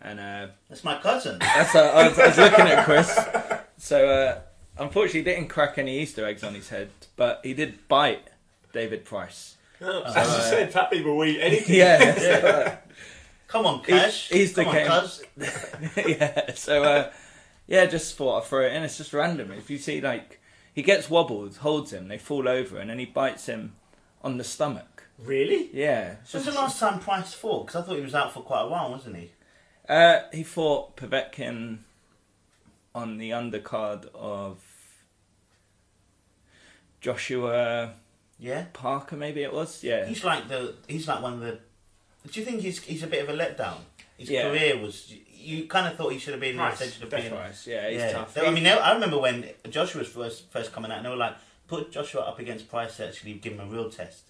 Speaker 3: and uh,
Speaker 1: That's my cousin.
Speaker 3: that's uh, I, was, I was looking at Chris. So uh, unfortunately, he didn't crack any Easter eggs on his head, but he did bite David Price.
Speaker 2: Oh, As you
Speaker 3: Uh,
Speaker 2: said, fat people will eat anything.
Speaker 3: Yeah, so, uh,
Speaker 1: Come on,
Speaker 3: He's-
Speaker 1: Cash.
Speaker 3: he's the
Speaker 1: Come
Speaker 3: king.
Speaker 1: on, Cuz.
Speaker 3: uh, yeah. So uh, yeah, just thought I'd throw it in. It's just random. If you see, like, he gets wobbled, holds him, they fall over, and then he bites him on the stomach.
Speaker 2: Really?
Speaker 3: Yeah.
Speaker 1: So was the last time Price fought? Because I thought he was out for quite a while, wasn't he?
Speaker 3: Uh, he fought Povetkin on the undercard of Joshua
Speaker 1: Yeah.
Speaker 3: Parker, maybe it was. Yeah.
Speaker 1: He's like the. He's like one of the. Do you think he's he's a bit of a letdown? His
Speaker 3: Yeah.
Speaker 1: career was. You kind of thought he should have been in the
Speaker 2: Price,
Speaker 1: attention of
Speaker 3: That's
Speaker 1: being.
Speaker 3: right. Yeah, he's
Speaker 1: yeah.
Speaker 3: tough.
Speaker 1: They- I mean, they- I remember when Joshua was first first coming out, and they were like, put Joshua up against Price to actually give him a real test.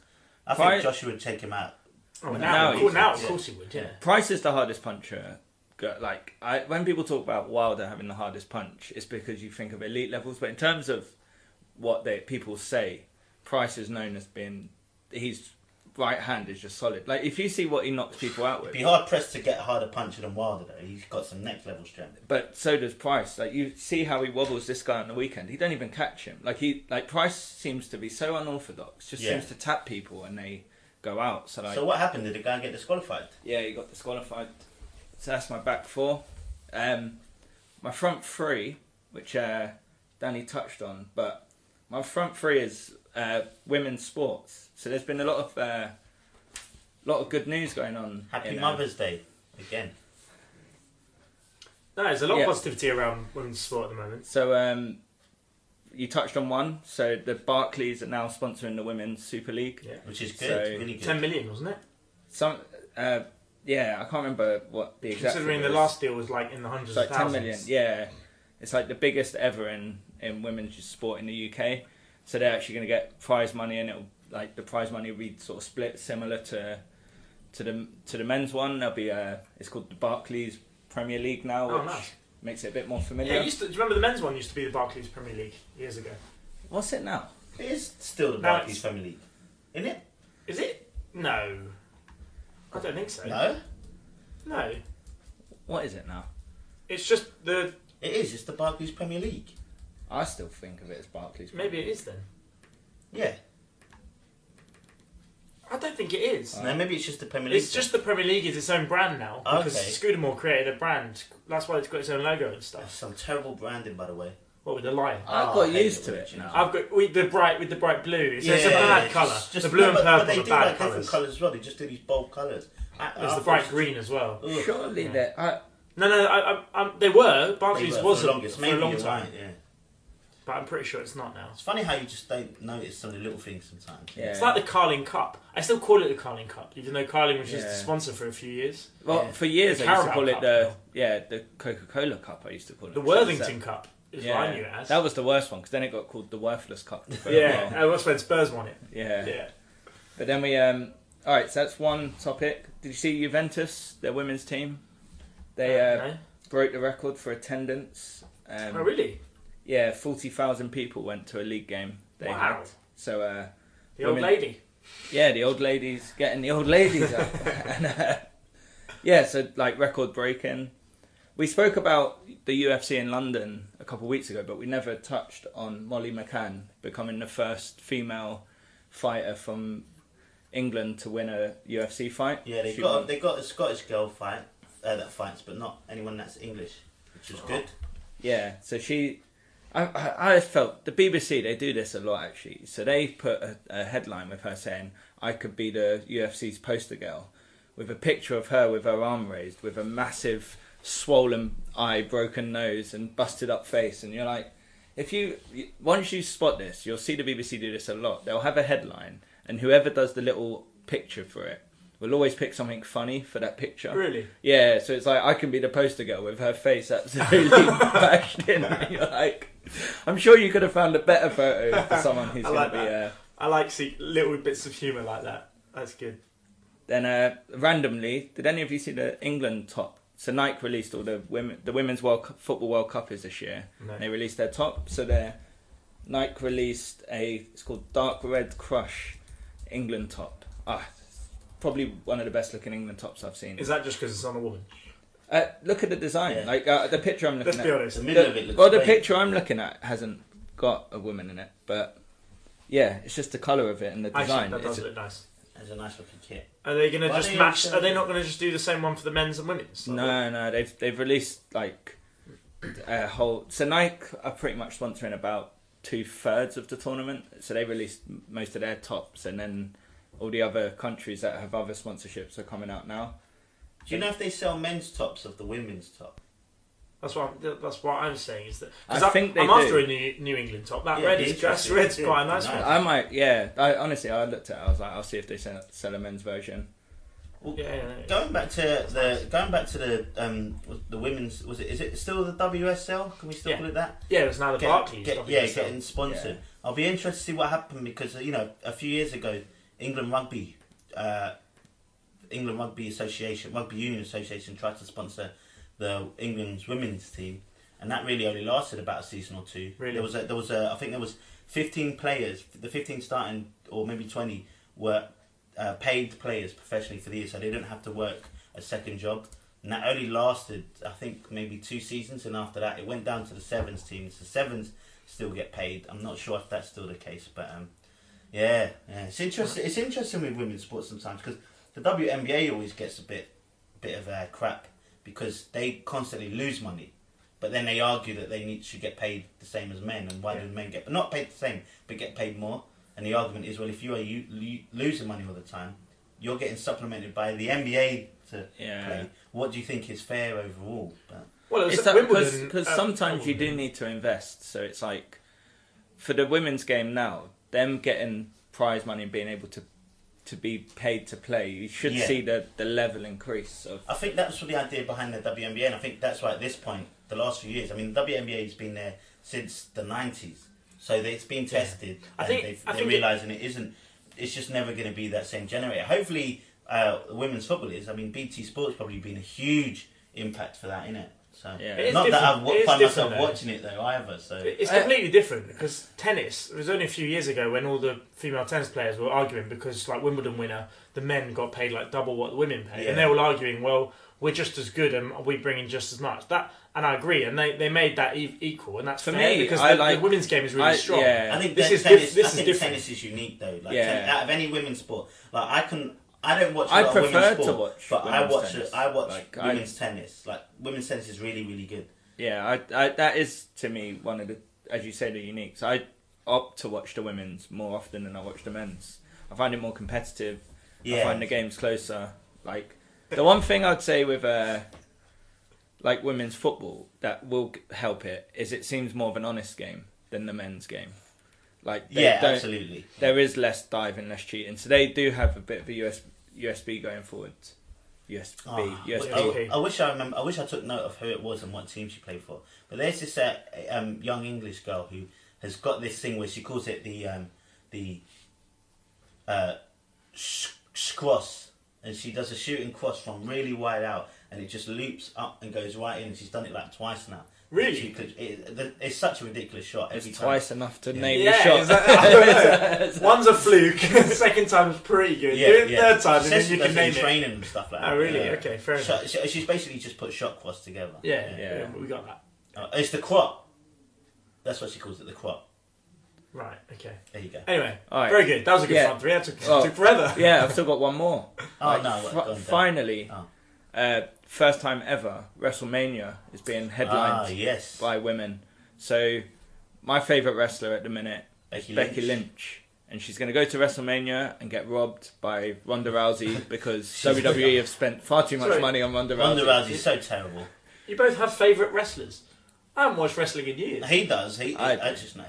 Speaker 1: I
Speaker 3: Price-
Speaker 1: think Joshua would take him out.
Speaker 2: Oh,
Speaker 3: Well,
Speaker 2: now,
Speaker 3: now
Speaker 2: of
Speaker 3: he
Speaker 2: course- now,
Speaker 1: is,
Speaker 2: of course he would. Yeah.
Speaker 3: Price is the hardest puncher. Go- Like I, when people talk about Wilder having the hardest punch, it's because you think of elite levels. But in terms of what they people say, Price is known as being his right hand is just solid. Like if you see what he knocks people out with,
Speaker 1: It'd be hard pressed to get a harder puncher than Wilder, though. He's got some next level strength.
Speaker 3: but so does Price. Like you see how he wobbles this guy on the weekend. He don't even catch him. Like he, like Price seems to be so unorthodox. Just
Speaker 1: Yeah.
Speaker 3: seems to tap people and they go out. So like,
Speaker 1: So what happened? Did the guy get disqualified?
Speaker 3: yeah, he got disqualified. So that's my back four. Um, my front three, which uh, Danny touched on, but my front three is uh, women's sports. So there's been a lot of uh, lot of good news going on.
Speaker 1: Happy
Speaker 3: in, uh,
Speaker 1: Mother's Day again.
Speaker 2: No, there's a lot
Speaker 3: Yeah.
Speaker 2: of positivity around women's sport at the moment.
Speaker 3: So um, you touched on one. So the Barclays are now sponsoring the women's Super League.
Speaker 2: Yeah.
Speaker 1: Which is good,
Speaker 3: So-
Speaker 1: really good.
Speaker 2: Ten million, wasn't it?
Speaker 3: Some, uh, yeah, I can't remember what the exact.
Speaker 2: Considering
Speaker 3: figure
Speaker 2: the
Speaker 3: is.
Speaker 2: last deal was like in the hundreds
Speaker 3: It's like
Speaker 2: of
Speaker 3: ten
Speaker 2: thousands.
Speaker 3: million. Yeah, it's like the biggest ever in in women's sport in the UK. So they're actually going to get prize money, and it'll like the prize money will be sort of split similar to to the to the men's one. There'll be uh it's called the Barclays Premier League now,
Speaker 2: Oh,
Speaker 3: which
Speaker 2: nice.
Speaker 3: makes it a bit more
Speaker 2: Yeah,
Speaker 3: familiar.
Speaker 2: it used to, do you remember the men's one used to be the Barclays Premier League years ago?
Speaker 3: What's it now?
Speaker 1: It is still the
Speaker 2: No,
Speaker 1: Barclays
Speaker 2: it's-
Speaker 1: Family League, isn't it?
Speaker 2: Is it? No. I don't think so.
Speaker 1: No,
Speaker 2: No.
Speaker 3: What is it now?
Speaker 2: It's just the.
Speaker 1: it is. It's the Barclays Premier League.
Speaker 3: I still think of it as Barclays.
Speaker 2: Maybe it is then.
Speaker 1: Yeah.
Speaker 2: I don't think it is.
Speaker 1: No, maybe it's just the Premier League.
Speaker 2: It's just the Premier League is its own brand now because
Speaker 1: Okay.
Speaker 2: Scudamore created a brand. That's why it's got its own logo and
Speaker 1: That's
Speaker 2: stuff.
Speaker 1: some terrible branding, by the way.
Speaker 2: What with the lion?
Speaker 3: I
Speaker 1: Oh,
Speaker 3: got
Speaker 1: I hate
Speaker 3: used
Speaker 1: it
Speaker 3: to
Speaker 1: when
Speaker 3: it
Speaker 1: it
Speaker 3: now.
Speaker 2: I've got with the bright with the bright blue. So it's a
Speaker 1: Yeah,
Speaker 2: bad
Speaker 1: it's
Speaker 2: colour.
Speaker 1: just-
Speaker 2: the blue
Speaker 1: no,
Speaker 2: and
Speaker 1: but-
Speaker 2: purple
Speaker 1: But they
Speaker 2: are
Speaker 1: do
Speaker 2: bad
Speaker 1: like different
Speaker 2: colours.
Speaker 1: colours as well. They just do these bold colours. I-
Speaker 2: There's
Speaker 1: I
Speaker 2: the bright
Speaker 1: thought-
Speaker 2: green as well.
Speaker 1: Ugh.
Speaker 3: Surely
Speaker 2: Yeah.
Speaker 3: that I,
Speaker 2: No, no, I, I, I, they were.
Speaker 1: They were
Speaker 2: Barclays
Speaker 1: for
Speaker 2: was
Speaker 1: the
Speaker 2: a-
Speaker 1: longest.
Speaker 2: for
Speaker 1: Maybe
Speaker 2: a long
Speaker 1: you're
Speaker 2: time,
Speaker 1: right, yeah.
Speaker 2: but I'm pretty sure it's not now.
Speaker 1: It's funny how you just don't notice some of the little things sometimes.
Speaker 3: yeah.
Speaker 2: It's like the Carling Cup. I still call it the Carling Cup, even though Carling was just
Speaker 3: Yeah.
Speaker 2: a sponsor for a few years.
Speaker 3: well,
Speaker 1: yeah.
Speaker 3: for years
Speaker 2: The
Speaker 3: I used to
Speaker 2: Carabao
Speaker 3: call it
Speaker 2: Cup
Speaker 3: the
Speaker 2: now.
Speaker 3: yeah the Coca Cola Cup. I used to call it
Speaker 2: The
Speaker 3: So it's
Speaker 2: Worthington Cup is what I knew it as.
Speaker 3: That was the worst one because then it got called the Worthless Cup. for a
Speaker 2: yeah,
Speaker 3: while.
Speaker 2: uh, that's when Spurs won it.
Speaker 3: yeah,
Speaker 2: Yeah.
Speaker 3: But then we um. All right, so that's one topic. Did you see Juventus, their women's team? They uh,
Speaker 2: No?
Speaker 3: broke the record for attendance. Um,
Speaker 2: Oh, really?
Speaker 3: Yeah, forty thousand people went to a league game. They
Speaker 2: wow.
Speaker 3: Had. So uh,
Speaker 2: The old
Speaker 3: women-
Speaker 2: lady.
Speaker 3: yeah, the old ladies getting the old ladies up. and, uh, yeah, so like record breaking. We spoke about the UFC in London a couple of weeks ago, but we never touched on Molly McCann becoming the first female fighter from England to win a UFC fight.
Speaker 1: Yeah, they
Speaker 3: She
Speaker 1: got
Speaker 3: won-
Speaker 1: they got a Scottish girl fight uh, that fights, but not anyone that's English, which is good.
Speaker 2: Oh.
Speaker 3: Yeah, so she. I, I, I felt the BBC they do this a lot actually. So they put a, a headline with her saying, "I could be the UFC's poster girl," with a picture of her with her arm raised, with a massive swollen eye, broken nose, and busted up face, and you're like, if you you- once you spot this, you'll see the BBC do this a lot. They'll have a headline, and whoever does the little picture for it will always pick something funny for that picture.
Speaker 2: Really?
Speaker 3: Yeah, so it's like I can be the poster girl with her face absolutely bashed in. And you're like, I'm sure you could have found a better photo for someone who's
Speaker 2: I
Speaker 3: going
Speaker 2: like
Speaker 3: to be. Uh...
Speaker 2: I like see little bits of humour like that. That's good.
Speaker 3: Then uh, randomly, did any of you see the England top? So Nike released all the women, the women's World Cup, football World Cup is this year.
Speaker 2: No.
Speaker 3: And they released their top. So their Nike released a it's called Dark Red Crush England top. Ah, it's probably one of the best looking England tops I've seen.
Speaker 2: Is that just because it's on a woman?
Speaker 3: Uh, look at the design,
Speaker 1: Yeah.
Speaker 3: like uh, the picture I'm looking
Speaker 2: Let's
Speaker 3: at.
Speaker 2: be
Speaker 1: The
Speaker 2: honest.
Speaker 1: middle
Speaker 3: The-
Speaker 1: of it looks
Speaker 3: well, the
Speaker 1: great.
Speaker 3: picture I'm looking at hasn't got a woman in it, but yeah, it's just the color of it and the
Speaker 2: Actually,
Speaker 3: design.
Speaker 2: that does
Speaker 3: It's-
Speaker 2: look nice.
Speaker 1: Has a nice looking kit.
Speaker 2: Are they going to
Speaker 1: Why
Speaker 2: just
Speaker 1: do you
Speaker 2: match?
Speaker 1: say-
Speaker 2: Are they not going to just do the same one for the men's and women's? Like,
Speaker 3: no, no, they've they've released like a whole. So Nike are pretty much sponsoring about two thirds of the tournament. So they released m- most of their tops, and then all the other countries that have other sponsorships are coming out now.
Speaker 1: Do you know if they sell men's tops of the women's top?
Speaker 2: That's what I'm, th- that's what I'm saying is that 'cause
Speaker 3: I think they
Speaker 2: I'm after
Speaker 3: do.
Speaker 2: a New, New England top. That
Speaker 1: Yeah,
Speaker 2: red
Speaker 1: it'd be
Speaker 2: is just
Speaker 1: interesting.
Speaker 2: red's
Speaker 1: Yeah,
Speaker 2: quite a
Speaker 1: it'd be
Speaker 2: nice one.
Speaker 1: nice.
Speaker 3: I might, yeah. I honestly, I looked at. it, I was like, I'll see if they sell, sell a men's version.
Speaker 1: Well,
Speaker 2: Yeah, yeah, yeah.
Speaker 1: Going back to the going back to the um was the women's was it is it still the WSL? Can we still
Speaker 2: Yeah.
Speaker 1: call it that?
Speaker 2: yeah, it's now the
Speaker 1: Get-
Speaker 2: Barclays.
Speaker 1: get-
Speaker 2: WSL.
Speaker 1: yeah, getting sponsored.
Speaker 3: Yeah.
Speaker 1: I'll be interested to see what happened because you know a few years ago, England Rugby, uh, England Rugby Association, Rugby Union Association tried to sponsor the England's women's team, and that really only lasted about a season or two.
Speaker 2: Really?
Speaker 1: there was a, there was a, I think there was fifteen players, the fifteen starting or maybe twenty were uh, paid players professionally for the year, so they didn't have to work a second job. And that only lasted, I think, maybe two seasons, and after that, it went down to the sevens teams. The sevens still get paid. I'm not sure if that's still the case, but um, yeah, yeah, it's interesting. It's interesting with women's sports sometimes because the WNBA always gets a bit, bit of uh, crap because they constantly lose money, but then they argue that they need should get paid the same as men, and why
Speaker 2: Yeah.
Speaker 1: do men get not paid the same but get paid more? And the argument is, well, if you are you, you losing money all the time, you're getting supplemented by the NBA to
Speaker 3: Yeah.
Speaker 1: play. What do you think is fair overall? But
Speaker 2: Well, it was
Speaker 3: It's
Speaker 2: at
Speaker 3: that because
Speaker 2: Wimbledon, uh,
Speaker 3: sometimes you do
Speaker 2: Wimbledon.
Speaker 3: need to invest. So it's like for the women's game now, them getting prize money and being able to to be paid to play, you should
Speaker 1: Yeah.
Speaker 3: see the the level increase of
Speaker 1: I think that's the idea behind the WNBA, and I think that's why at this point, the last few years, I mean, the WNBA has been there since the '90s, so they- it's been tested,
Speaker 2: I
Speaker 1: and
Speaker 2: think-
Speaker 1: they've,
Speaker 2: I
Speaker 1: they're
Speaker 2: think it-
Speaker 1: realizing it isn't. It's just never going to be that same generator. Hopefully, uh, women's football is. I mean, BT Sports probably been a huge impact for that, innit? So
Speaker 3: Yeah. It
Speaker 2: is
Speaker 1: not that
Speaker 2: different-
Speaker 1: I
Speaker 2: it
Speaker 1: w-
Speaker 2: is
Speaker 1: find myself
Speaker 2: different, though.
Speaker 1: watching it though either. So
Speaker 2: It- It's
Speaker 3: I-
Speaker 2: completely different because tennis. It was only a few years ago when all the female tennis players were arguing because, like Wimbledon winner, the men got paid like double what the women paid, and they
Speaker 1: Yeah.
Speaker 2: were arguing, "Well, we're just as good, and we bring in just as much." That, and I agree, and they, they made that e- equal, and that's
Speaker 3: For
Speaker 2: fair
Speaker 3: me,
Speaker 2: because
Speaker 3: I
Speaker 2: the,
Speaker 3: like-
Speaker 2: the women's game is really
Speaker 3: I-
Speaker 2: strong.
Speaker 3: yeah.
Speaker 1: I think
Speaker 2: This
Speaker 1: that
Speaker 2: is
Speaker 1: tennis,
Speaker 2: diff- this
Speaker 1: I
Speaker 2: is
Speaker 1: think
Speaker 2: different.
Speaker 1: tennis is unique though. Like
Speaker 3: Yeah.
Speaker 1: ten- out of any women's sport, like I can, I don't watch. a
Speaker 3: I
Speaker 1: lot of
Speaker 3: prefer
Speaker 1: women's
Speaker 3: to
Speaker 1: sport,
Speaker 3: watch
Speaker 1: but I
Speaker 3: women's
Speaker 1: watch,
Speaker 3: tennis.
Speaker 1: I watch
Speaker 3: Like, I-
Speaker 1: women's tennis. Like women's tennis is really, really good.
Speaker 3: yeah. I, I that is to me one of the as you say the uniques. I opt to watch the women's more often than I watch the men's. I find it more competitive. I
Speaker 1: Yeah.
Speaker 3: find the games closer. Like the one thing I'd say with uh, like women's football that will g- help it is it seems more of an honest game than the men's game. Like they
Speaker 1: yeah,
Speaker 3: don't,
Speaker 1: absolutely.
Speaker 3: there is less diving, less cheating, so they do have a bit of a US, USB going forward. USB,
Speaker 1: Ah,
Speaker 3: USB.
Speaker 1: I-
Speaker 2: USP.
Speaker 1: I, wish I remember. I wish I took note of who it was and what team she played for. But there's this uh, um, young English girl who has got this thing where she calls it the um, the uh, sh- sh- cross, and she does a shooting cross from really wide out, and it just loops up and goes right in. She's done it like twice now.
Speaker 2: Really?
Speaker 1: She could- it- the- it's such a ridiculous shot. Every
Speaker 3: It's
Speaker 1: time.
Speaker 3: twice enough to
Speaker 1: Yeah.
Speaker 3: name the
Speaker 2: Yeah,
Speaker 3: shot.
Speaker 2: exactly. I don't know. One's a fluke. second time was pretty good. Do it third time,
Speaker 1: She
Speaker 2: and
Speaker 1: says
Speaker 2: then
Speaker 1: she
Speaker 2: you
Speaker 1: does it
Speaker 2: can name
Speaker 1: in
Speaker 2: it.
Speaker 1: training and stuff like that.
Speaker 2: Oh, really?
Speaker 1: yeah.
Speaker 2: Okay, fair enough.
Speaker 1: Shot- she- she's basically just put shot cross together.
Speaker 2: Yeah, yeah,
Speaker 3: Yeah.
Speaker 2: we got that
Speaker 1: Uh, it's the crop. That's what she calls it, the crop.
Speaker 2: right. Okay.
Speaker 1: There you go.
Speaker 2: Anyway,
Speaker 3: All right.
Speaker 2: very good. That was a good
Speaker 3: Yeah.
Speaker 2: front three. That took,
Speaker 3: Oh.
Speaker 2: took forever.
Speaker 3: yeah, I've still got one more.
Speaker 1: Oh
Speaker 3: Like,
Speaker 1: no! What,
Speaker 3: fi-
Speaker 1: go on, Dan.
Speaker 3: finally,
Speaker 1: Oh.
Speaker 3: uh, first time ever, WrestleMania is being
Speaker 1: Ah,
Speaker 3: headlined
Speaker 1: yes.
Speaker 3: by women. So, my favorite wrestler at the minute
Speaker 1: Becky
Speaker 3: Becky Lynch, and she's going to go to WrestleMania and get robbed by Ronda Rousey because WWE have spent far too much
Speaker 2: Sorry.
Speaker 3: money on Ronda Rousey.
Speaker 1: Ronda Rousey's so terrible.
Speaker 2: You both have favourite wrestlers. I haven't watched wrestling in years.
Speaker 1: He does. He.
Speaker 3: I
Speaker 1: I,
Speaker 3: do.
Speaker 1: just know.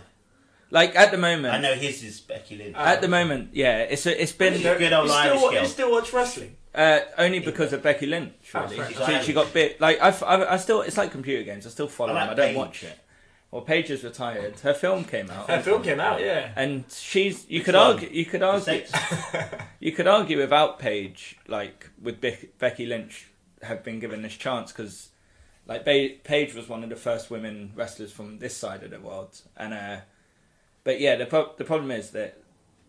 Speaker 3: Like at the moment,
Speaker 1: I know his is Becky Lynch.
Speaker 2: Uh,
Speaker 3: at the moment, yeah, it's a, it's
Speaker 1: She's
Speaker 3: been
Speaker 1: a good old
Speaker 2: you
Speaker 1: Irish
Speaker 2: still, wa-
Speaker 1: girl.
Speaker 2: you still watch wrestling?
Speaker 3: uh, only because of Becky Lynch.
Speaker 2: Oh,
Speaker 3: Really,
Speaker 2: fair
Speaker 3: she,
Speaker 1: enough.
Speaker 3: she got bit. Like I, f- I- I still, it's like computer games. I still follow
Speaker 1: I like
Speaker 3: them. I don't
Speaker 1: Paige.
Speaker 3: watch it. Well, Paige is retired. Her film came out.
Speaker 2: That film came out, yeah.
Speaker 3: And she's you
Speaker 1: Which
Speaker 3: could
Speaker 1: one?
Speaker 3: argue you could
Speaker 1: The
Speaker 3: argue
Speaker 1: sex-
Speaker 3: you could argue without Paige like would Be- Becky Lynch have been given this chance because like ba- Paige was one of the first women wrestlers from this side of the world and uh but yeah the pro- the problem is that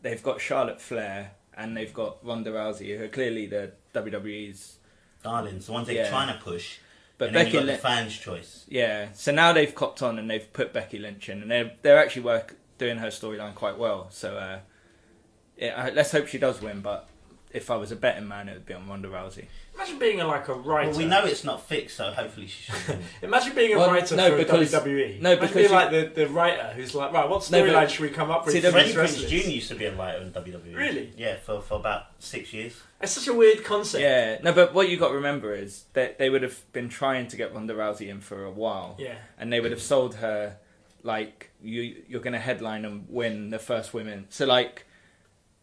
Speaker 3: they've got Charlotte Flair and they've got Ronda Rousey who are clearly the WWE's
Speaker 1: darlings, the ones they're
Speaker 3: Yeah.
Speaker 1: trying to push.
Speaker 3: but
Speaker 1: and
Speaker 3: Becky
Speaker 1: then you got
Speaker 3: Lynch
Speaker 1: the fans' choice.
Speaker 3: Yeah, so now they've copped on and they've put Becky Lynch in, and they're they're actually work doing her storyline quite well. So uh, yeah, I, let's hope she does win. But if I was a betting man, it would be on Ronda Rousey.
Speaker 2: Imagine being a, like a writer.
Speaker 1: Well, we know it's not fixed, so hopefully she should. win.
Speaker 2: Imagine being a
Speaker 3: Well,
Speaker 2: writer
Speaker 3: no,
Speaker 2: for
Speaker 3: because-
Speaker 2: WWE.
Speaker 3: no,
Speaker 2: Imagine
Speaker 3: because
Speaker 2: being
Speaker 3: you-
Speaker 2: like the, the writer who's like, right, what
Speaker 3: No, but- E
Speaker 2: storyline should we come up with?
Speaker 3: See,
Speaker 2: for
Speaker 3: the-
Speaker 1: Freddie
Speaker 2: these
Speaker 1: Prinze
Speaker 2: wrestlers?
Speaker 1: Jr. used to be a writer in WWE.
Speaker 2: Really?
Speaker 1: E. Yeah, for, for about six years.
Speaker 2: It's such a weird concept.
Speaker 3: Yeah, no, but what you got to remember is that they would have been trying to get Ronda Rousey in for a while,
Speaker 2: Yeah.
Speaker 3: and they would have sold her like you you're going to headline and win the first women. So like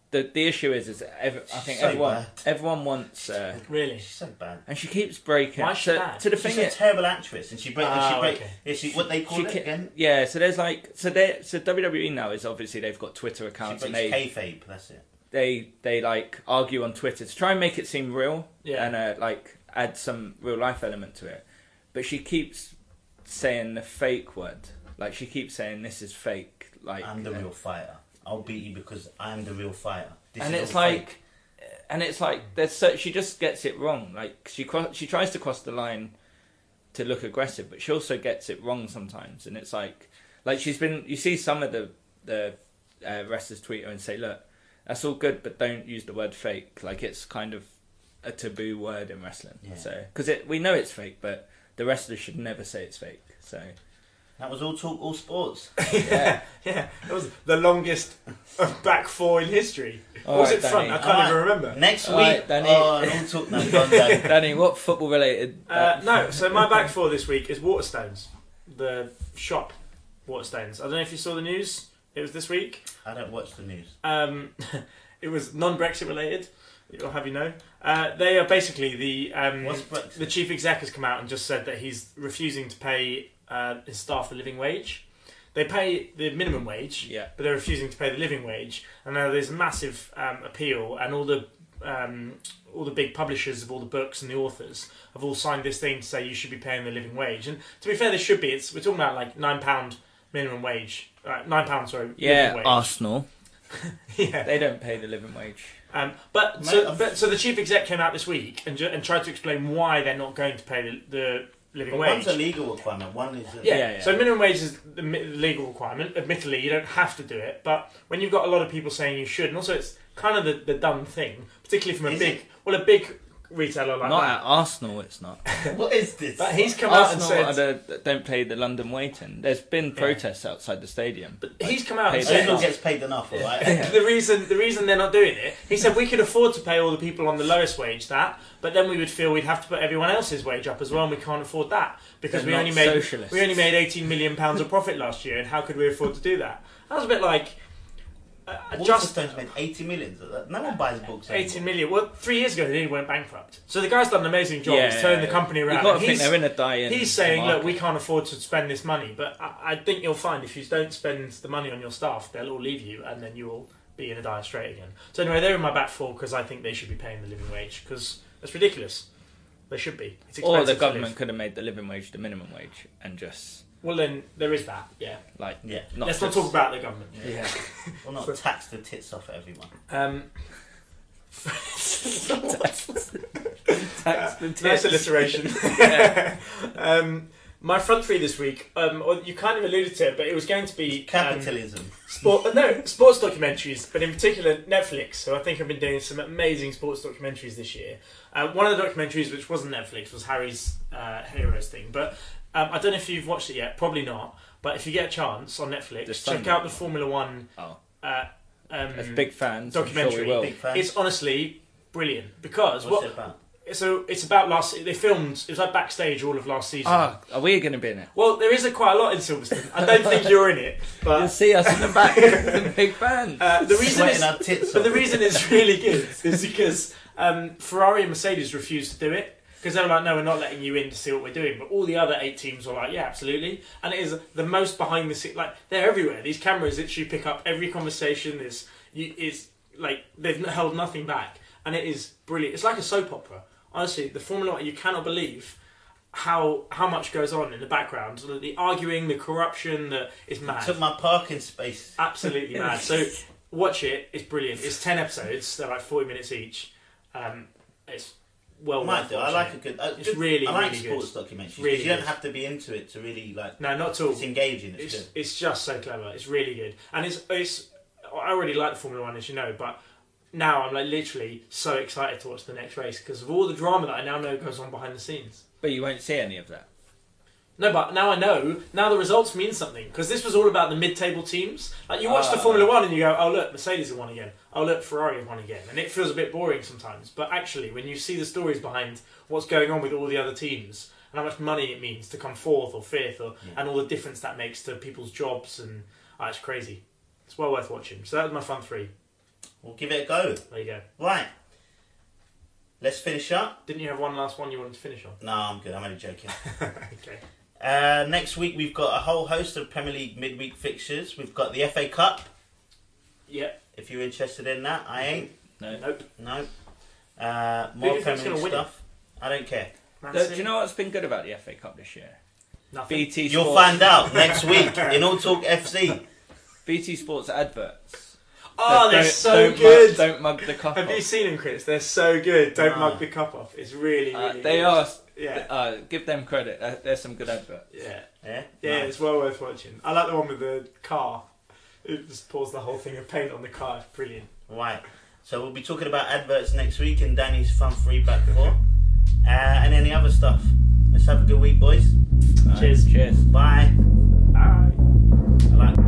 Speaker 3: the the issue is is ev- I think
Speaker 1: So
Speaker 3: everyone
Speaker 1: bad.
Speaker 3: everyone wants her,
Speaker 2: Really.
Speaker 1: She's so bad.
Speaker 3: and she keeps breaking.
Speaker 2: Why should
Speaker 3: so,
Speaker 2: that?
Speaker 3: To the
Speaker 1: She's
Speaker 3: thing
Speaker 1: a
Speaker 3: is,
Speaker 1: terrible actress, and she break. and
Speaker 2: Oh,
Speaker 1: she break.
Speaker 2: okay.
Speaker 1: Is she what they call
Speaker 3: she
Speaker 1: it
Speaker 3: ca-
Speaker 1: again?
Speaker 3: yeah. So there's like so they so WWE now is obviously they've got Twitter
Speaker 1: She
Speaker 3: accounts
Speaker 1: breaks
Speaker 3: and they
Speaker 1: kayfabe. That's it.
Speaker 3: they they like argue on Twitter to try and make it seem real
Speaker 2: Yeah.
Speaker 3: and uh, like add some real life element to it. But she keeps saying the fake word. Like she keeps saying this is fake. Like
Speaker 1: I'm the
Speaker 3: uh,
Speaker 1: real fighter. I'll beat you because I'm the real fighter. This
Speaker 3: and
Speaker 1: is
Speaker 3: it's
Speaker 1: all
Speaker 3: like
Speaker 1: fake.
Speaker 3: and it's like there's so, she just gets it wrong. Like she cro- she tries to cross the line to look aggressive, but she also gets it wrong sometimes. And it's like like she's been you see some of the the uh, wrestlers tweet her and say, look, that's all good, but don't use the word fake. Like it's kind of a taboo word in wrestling.
Speaker 1: Yeah.
Speaker 3: So because it we know it's fake, but the wrestlers should never say it's fake. So
Speaker 1: that was all talk, all sports.
Speaker 3: yeah,
Speaker 2: Yeah. That was the longest back four in history.
Speaker 3: All
Speaker 2: Or was
Speaker 3: right,
Speaker 2: it front?
Speaker 3: Danny.
Speaker 2: I can't
Speaker 1: All right.
Speaker 2: even remember.
Speaker 1: Next
Speaker 3: All right,
Speaker 1: week,
Speaker 3: Danny.
Speaker 1: oh, and all talk. No, go on, Dan.
Speaker 3: Danny, what football related?
Speaker 2: Uh, no, so my back four this week is Waterstones, the shop Waterstones. I don't know if you saw the news. It was this week.
Speaker 1: I don't watch the news.
Speaker 2: Um, it was non-Brexit related. I'll have you know. Uh, they are basically the um,
Speaker 1: What's Brexit?
Speaker 2: the chief exec has come out and just said that he's refusing to pay uh, his staff the living wage. They pay the minimum wage,
Speaker 3: Yeah.
Speaker 2: but they're refusing to pay the living wage. And now there's a massive um, appeal, and all the um, all the big publishers of all the books and the authors have all signed this thing to say you should be paying the living wage. And to be fair, there should be. It's we're talking about like nine pound minimum wage, uh, nine pound sorry,
Speaker 3: Yeah, Oh.
Speaker 2: living wage.
Speaker 3: Arsenal.
Speaker 2: yeah.
Speaker 3: They don't pay the living wage.
Speaker 2: Um, but,
Speaker 1: Mate,
Speaker 2: so,
Speaker 1: I'm-
Speaker 2: but so the chief exec came out this week and, ju- and tried to explain why they're not going to pay the, the living
Speaker 1: But
Speaker 2: wage.
Speaker 1: one's a legal requirement. One is a,
Speaker 2: yeah.
Speaker 3: Yeah, yeah.
Speaker 2: so minimum wage is the mi- legal requirement. Admittedly, you don't have to do it, but when you've got a lot of people saying you should, and also it's kind of the, the dumb thing, particularly from a
Speaker 1: Is
Speaker 2: big well a big retailer like
Speaker 3: Not
Speaker 2: that.
Speaker 3: at Arsenal, it's not.
Speaker 1: What is this?
Speaker 2: But he's come out and
Speaker 3: Arsenal
Speaker 2: said,
Speaker 3: are the, don't play the London waiting. There's been protests outside the stadium.
Speaker 2: but he's come out and
Speaker 3: Paid
Speaker 2: said
Speaker 1: Arsenal gets paid enough, all right?
Speaker 2: the reason the reason they're not doing it he said we could afford to pay all the people on the lowest wage that but then we would feel we'd have to put everyone else's wage up as well and we can't afford that because
Speaker 3: They're
Speaker 2: we
Speaker 3: not
Speaker 2: only made
Speaker 3: socialists.
Speaker 2: we only made 18 million pounds of profit last year and how could we afford to do that that was a bit like uh,
Speaker 1: Just
Speaker 2: just
Speaker 1: Stones made 80 million. No one buys books. anymore.
Speaker 2: 18 million well three years ago they nearly went bankrupt so the guy's done an amazing job he's turned the company
Speaker 3: You've
Speaker 2: around
Speaker 3: got to
Speaker 2: And
Speaker 3: think
Speaker 2: he's-
Speaker 3: they're in a dying.
Speaker 2: He's saying,
Speaker 3: market.
Speaker 2: look, we can't afford to spend this money, but I, I think you'll find if you don't spend the money on your staff, they'll all leave you, and then you'll be in a dire strait again. So anyway, they're in my back four because I think they should be paying the living wage because that's ridiculous. They should be. It's
Speaker 3: Or
Speaker 2: expensive to
Speaker 3: the government
Speaker 2: live.
Speaker 3: could have made the living wage the minimum wage and just
Speaker 2: Well, then there is that. Yeah.
Speaker 3: like
Speaker 1: Yeah.
Speaker 3: not.
Speaker 2: Let's
Speaker 3: just,
Speaker 2: not talk about the government.
Speaker 3: Yeah.
Speaker 1: Well, not tax the tits off everyone.
Speaker 2: Um,
Speaker 3: Tax the
Speaker 2: nice
Speaker 3: tits.
Speaker 2: alliteration. um, my front three this week. Um, well, you kind of alluded to it, but it was going to be um,
Speaker 1: Capitalism.
Speaker 2: Sport, uh, no, sports documentaries, but in particular Netflix, who I think have been doing some amazing sports documentaries this year. Uh, one of the documentaries, which wasn't Netflix, was Harry's uh, Heroes thing. But um, I don't know if you've watched it yet, probably not. But if you get a chance on Netflix,
Speaker 3: Just
Speaker 2: check
Speaker 3: Sunday.
Speaker 2: out the Formula One.
Speaker 3: Oh.
Speaker 2: Uh, um,
Speaker 3: As big fans, I'm sure
Speaker 2: documentary.
Speaker 3: we will.
Speaker 1: Big fans.
Speaker 2: It's honestly brilliant because
Speaker 1: What's it
Speaker 2: what,
Speaker 1: about?
Speaker 2: so it's about last. They filmed it was like backstage all of last season.
Speaker 3: Ah, are we going to be in it?
Speaker 2: Well, there is a quite a lot in Silverstone. I don't think you're in it, but
Speaker 3: You'll see us in the back. the big fans.
Speaker 2: uh, the reason
Speaker 1: Sweating
Speaker 2: is
Speaker 1: our tits
Speaker 2: But
Speaker 1: off.
Speaker 2: the reason it's really good is because um, Ferrari and Mercedes refused to do it because they were like, no, we're not letting you in to see what we're doing. But all the other eight teams were like, yeah, absolutely. And it is the most behind the scenes. Like they're everywhere. These cameras literally pick up every conversation. There's you, it's like they've n- held nothing back, and it is brilliant. It's like a soap opera. Honestly, the Formula One, you cannot believe. How how much goes on in the background? The, the arguing, the corruption, that is mad
Speaker 1: Took my parking space.
Speaker 2: absolutely mad. So watch it; it's brilliant. It's ten episodes; they're like forty minutes each. Um, it's well
Speaker 1: Might
Speaker 2: worth
Speaker 1: do. I
Speaker 2: watching
Speaker 1: like a
Speaker 2: it.
Speaker 1: good. Uh,
Speaker 2: It's
Speaker 1: good-
Speaker 2: really,
Speaker 1: I like
Speaker 2: really good.
Speaker 1: sports documentaries. 'cause
Speaker 2: Really
Speaker 1: you don't
Speaker 2: good.
Speaker 1: have to be into it to really like.
Speaker 2: No, not at all.
Speaker 1: It's engaging. It's,
Speaker 2: It's
Speaker 1: good.
Speaker 2: it's just so clever. It's really good, and it's it's. I already like the Formula One, as you know, but now I'm like literally so excited to watch the next race because of all the drama that I now know goes on behind the scenes.
Speaker 3: But you won't see any of that.
Speaker 2: No, but now I know. Now the results mean something because this was all about the mid-table teams. Like you watch the
Speaker 3: Ah.
Speaker 2: Formula One and you go, "Oh look, Mercedes have won again. Oh look, Ferrari have won again," and it feels a bit boring sometimes. But actually, when you see the stories behind what's going on with all the other teams and how much money it means to come fourth or fifth, or
Speaker 1: Yeah.
Speaker 2: and all the difference that makes to people's jobs, and ah, it's crazy. It's well worth watching. So that was my fun three.
Speaker 1: We'll give it a go.
Speaker 2: There you go.
Speaker 1: Right. Let's finish up.
Speaker 2: Didn't you have one last one you wanted to finish on?
Speaker 1: No, I'm good. I'm only joking.
Speaker 2: okay.
Speaker 1: Uh, next week we've got a whole host of Premier League midweek fixtures. We've got the FA Cup.
Speaker 2: Yep.
Speaker 1: If you're interested in that, I ain't.
Speaker 3: No.
Speaker 2: Nope.
Speaker 1: No. Uh,
Speaker 2: do
Speaker 1: more
Speaker 2: you think's
Speaker 1: Premier League
Speaker 2: gonna win it?
Speaker 1: stuff. I don't care.
Speaker 2: Man
Speaker 3: Uh, Do
Speaker 2: City?
Speaker 3: you know what's been good about the FA Cup this year?
Speaker 2: Nothing.
Speaker 3: BT
Speaker 1: You'll
Speaker 3: Sports,
Speaker 1: find out next week in All Talk FC.
Speaker 3: BT Sports adverts.
Speaker 2: oh,
Speaker 3: That
Speaker 2: they're
Speaker 3: don't-
Speaker 2: so
Speaker 3: don't
Speaker 2: good.
Speaker 3: Mug, don't mug the cup
Speaker 2: Have you
Speaker 3: off.
Speaker 2: seen them, Chris? They're so good. Don't
Speaker 1: Ah.
Speaker 2: mug the cup off. It's really, really.
Speaker 3: Uh,
Speaker 2: good.
Speaker 3: they are.
Speaker 2: Yeah.
Speaker 3: Uh, give them credit. Uh, there's some good adverts.
Speaker 2: Yeah.
Speaker 1: Yeah.
Speaker 2: Yeah,
Speaker 1: Nice.
Speaker 2: it's well worth watching. I like the one with the car. It just pours the whole thing of paint on the car. It's brilliant.
Speaker 1: Right. So we'll be talking about adverts next week and Danny's fun free back four, uh, and any other stuff. Let's have a good week, boys.
Speaker 3: Uh,
Speaker 2: Cheers.
Speaker 3: Cheers.
Speaker 1: Bye.
Speaker 2: Bye.
Speaker 1: I like-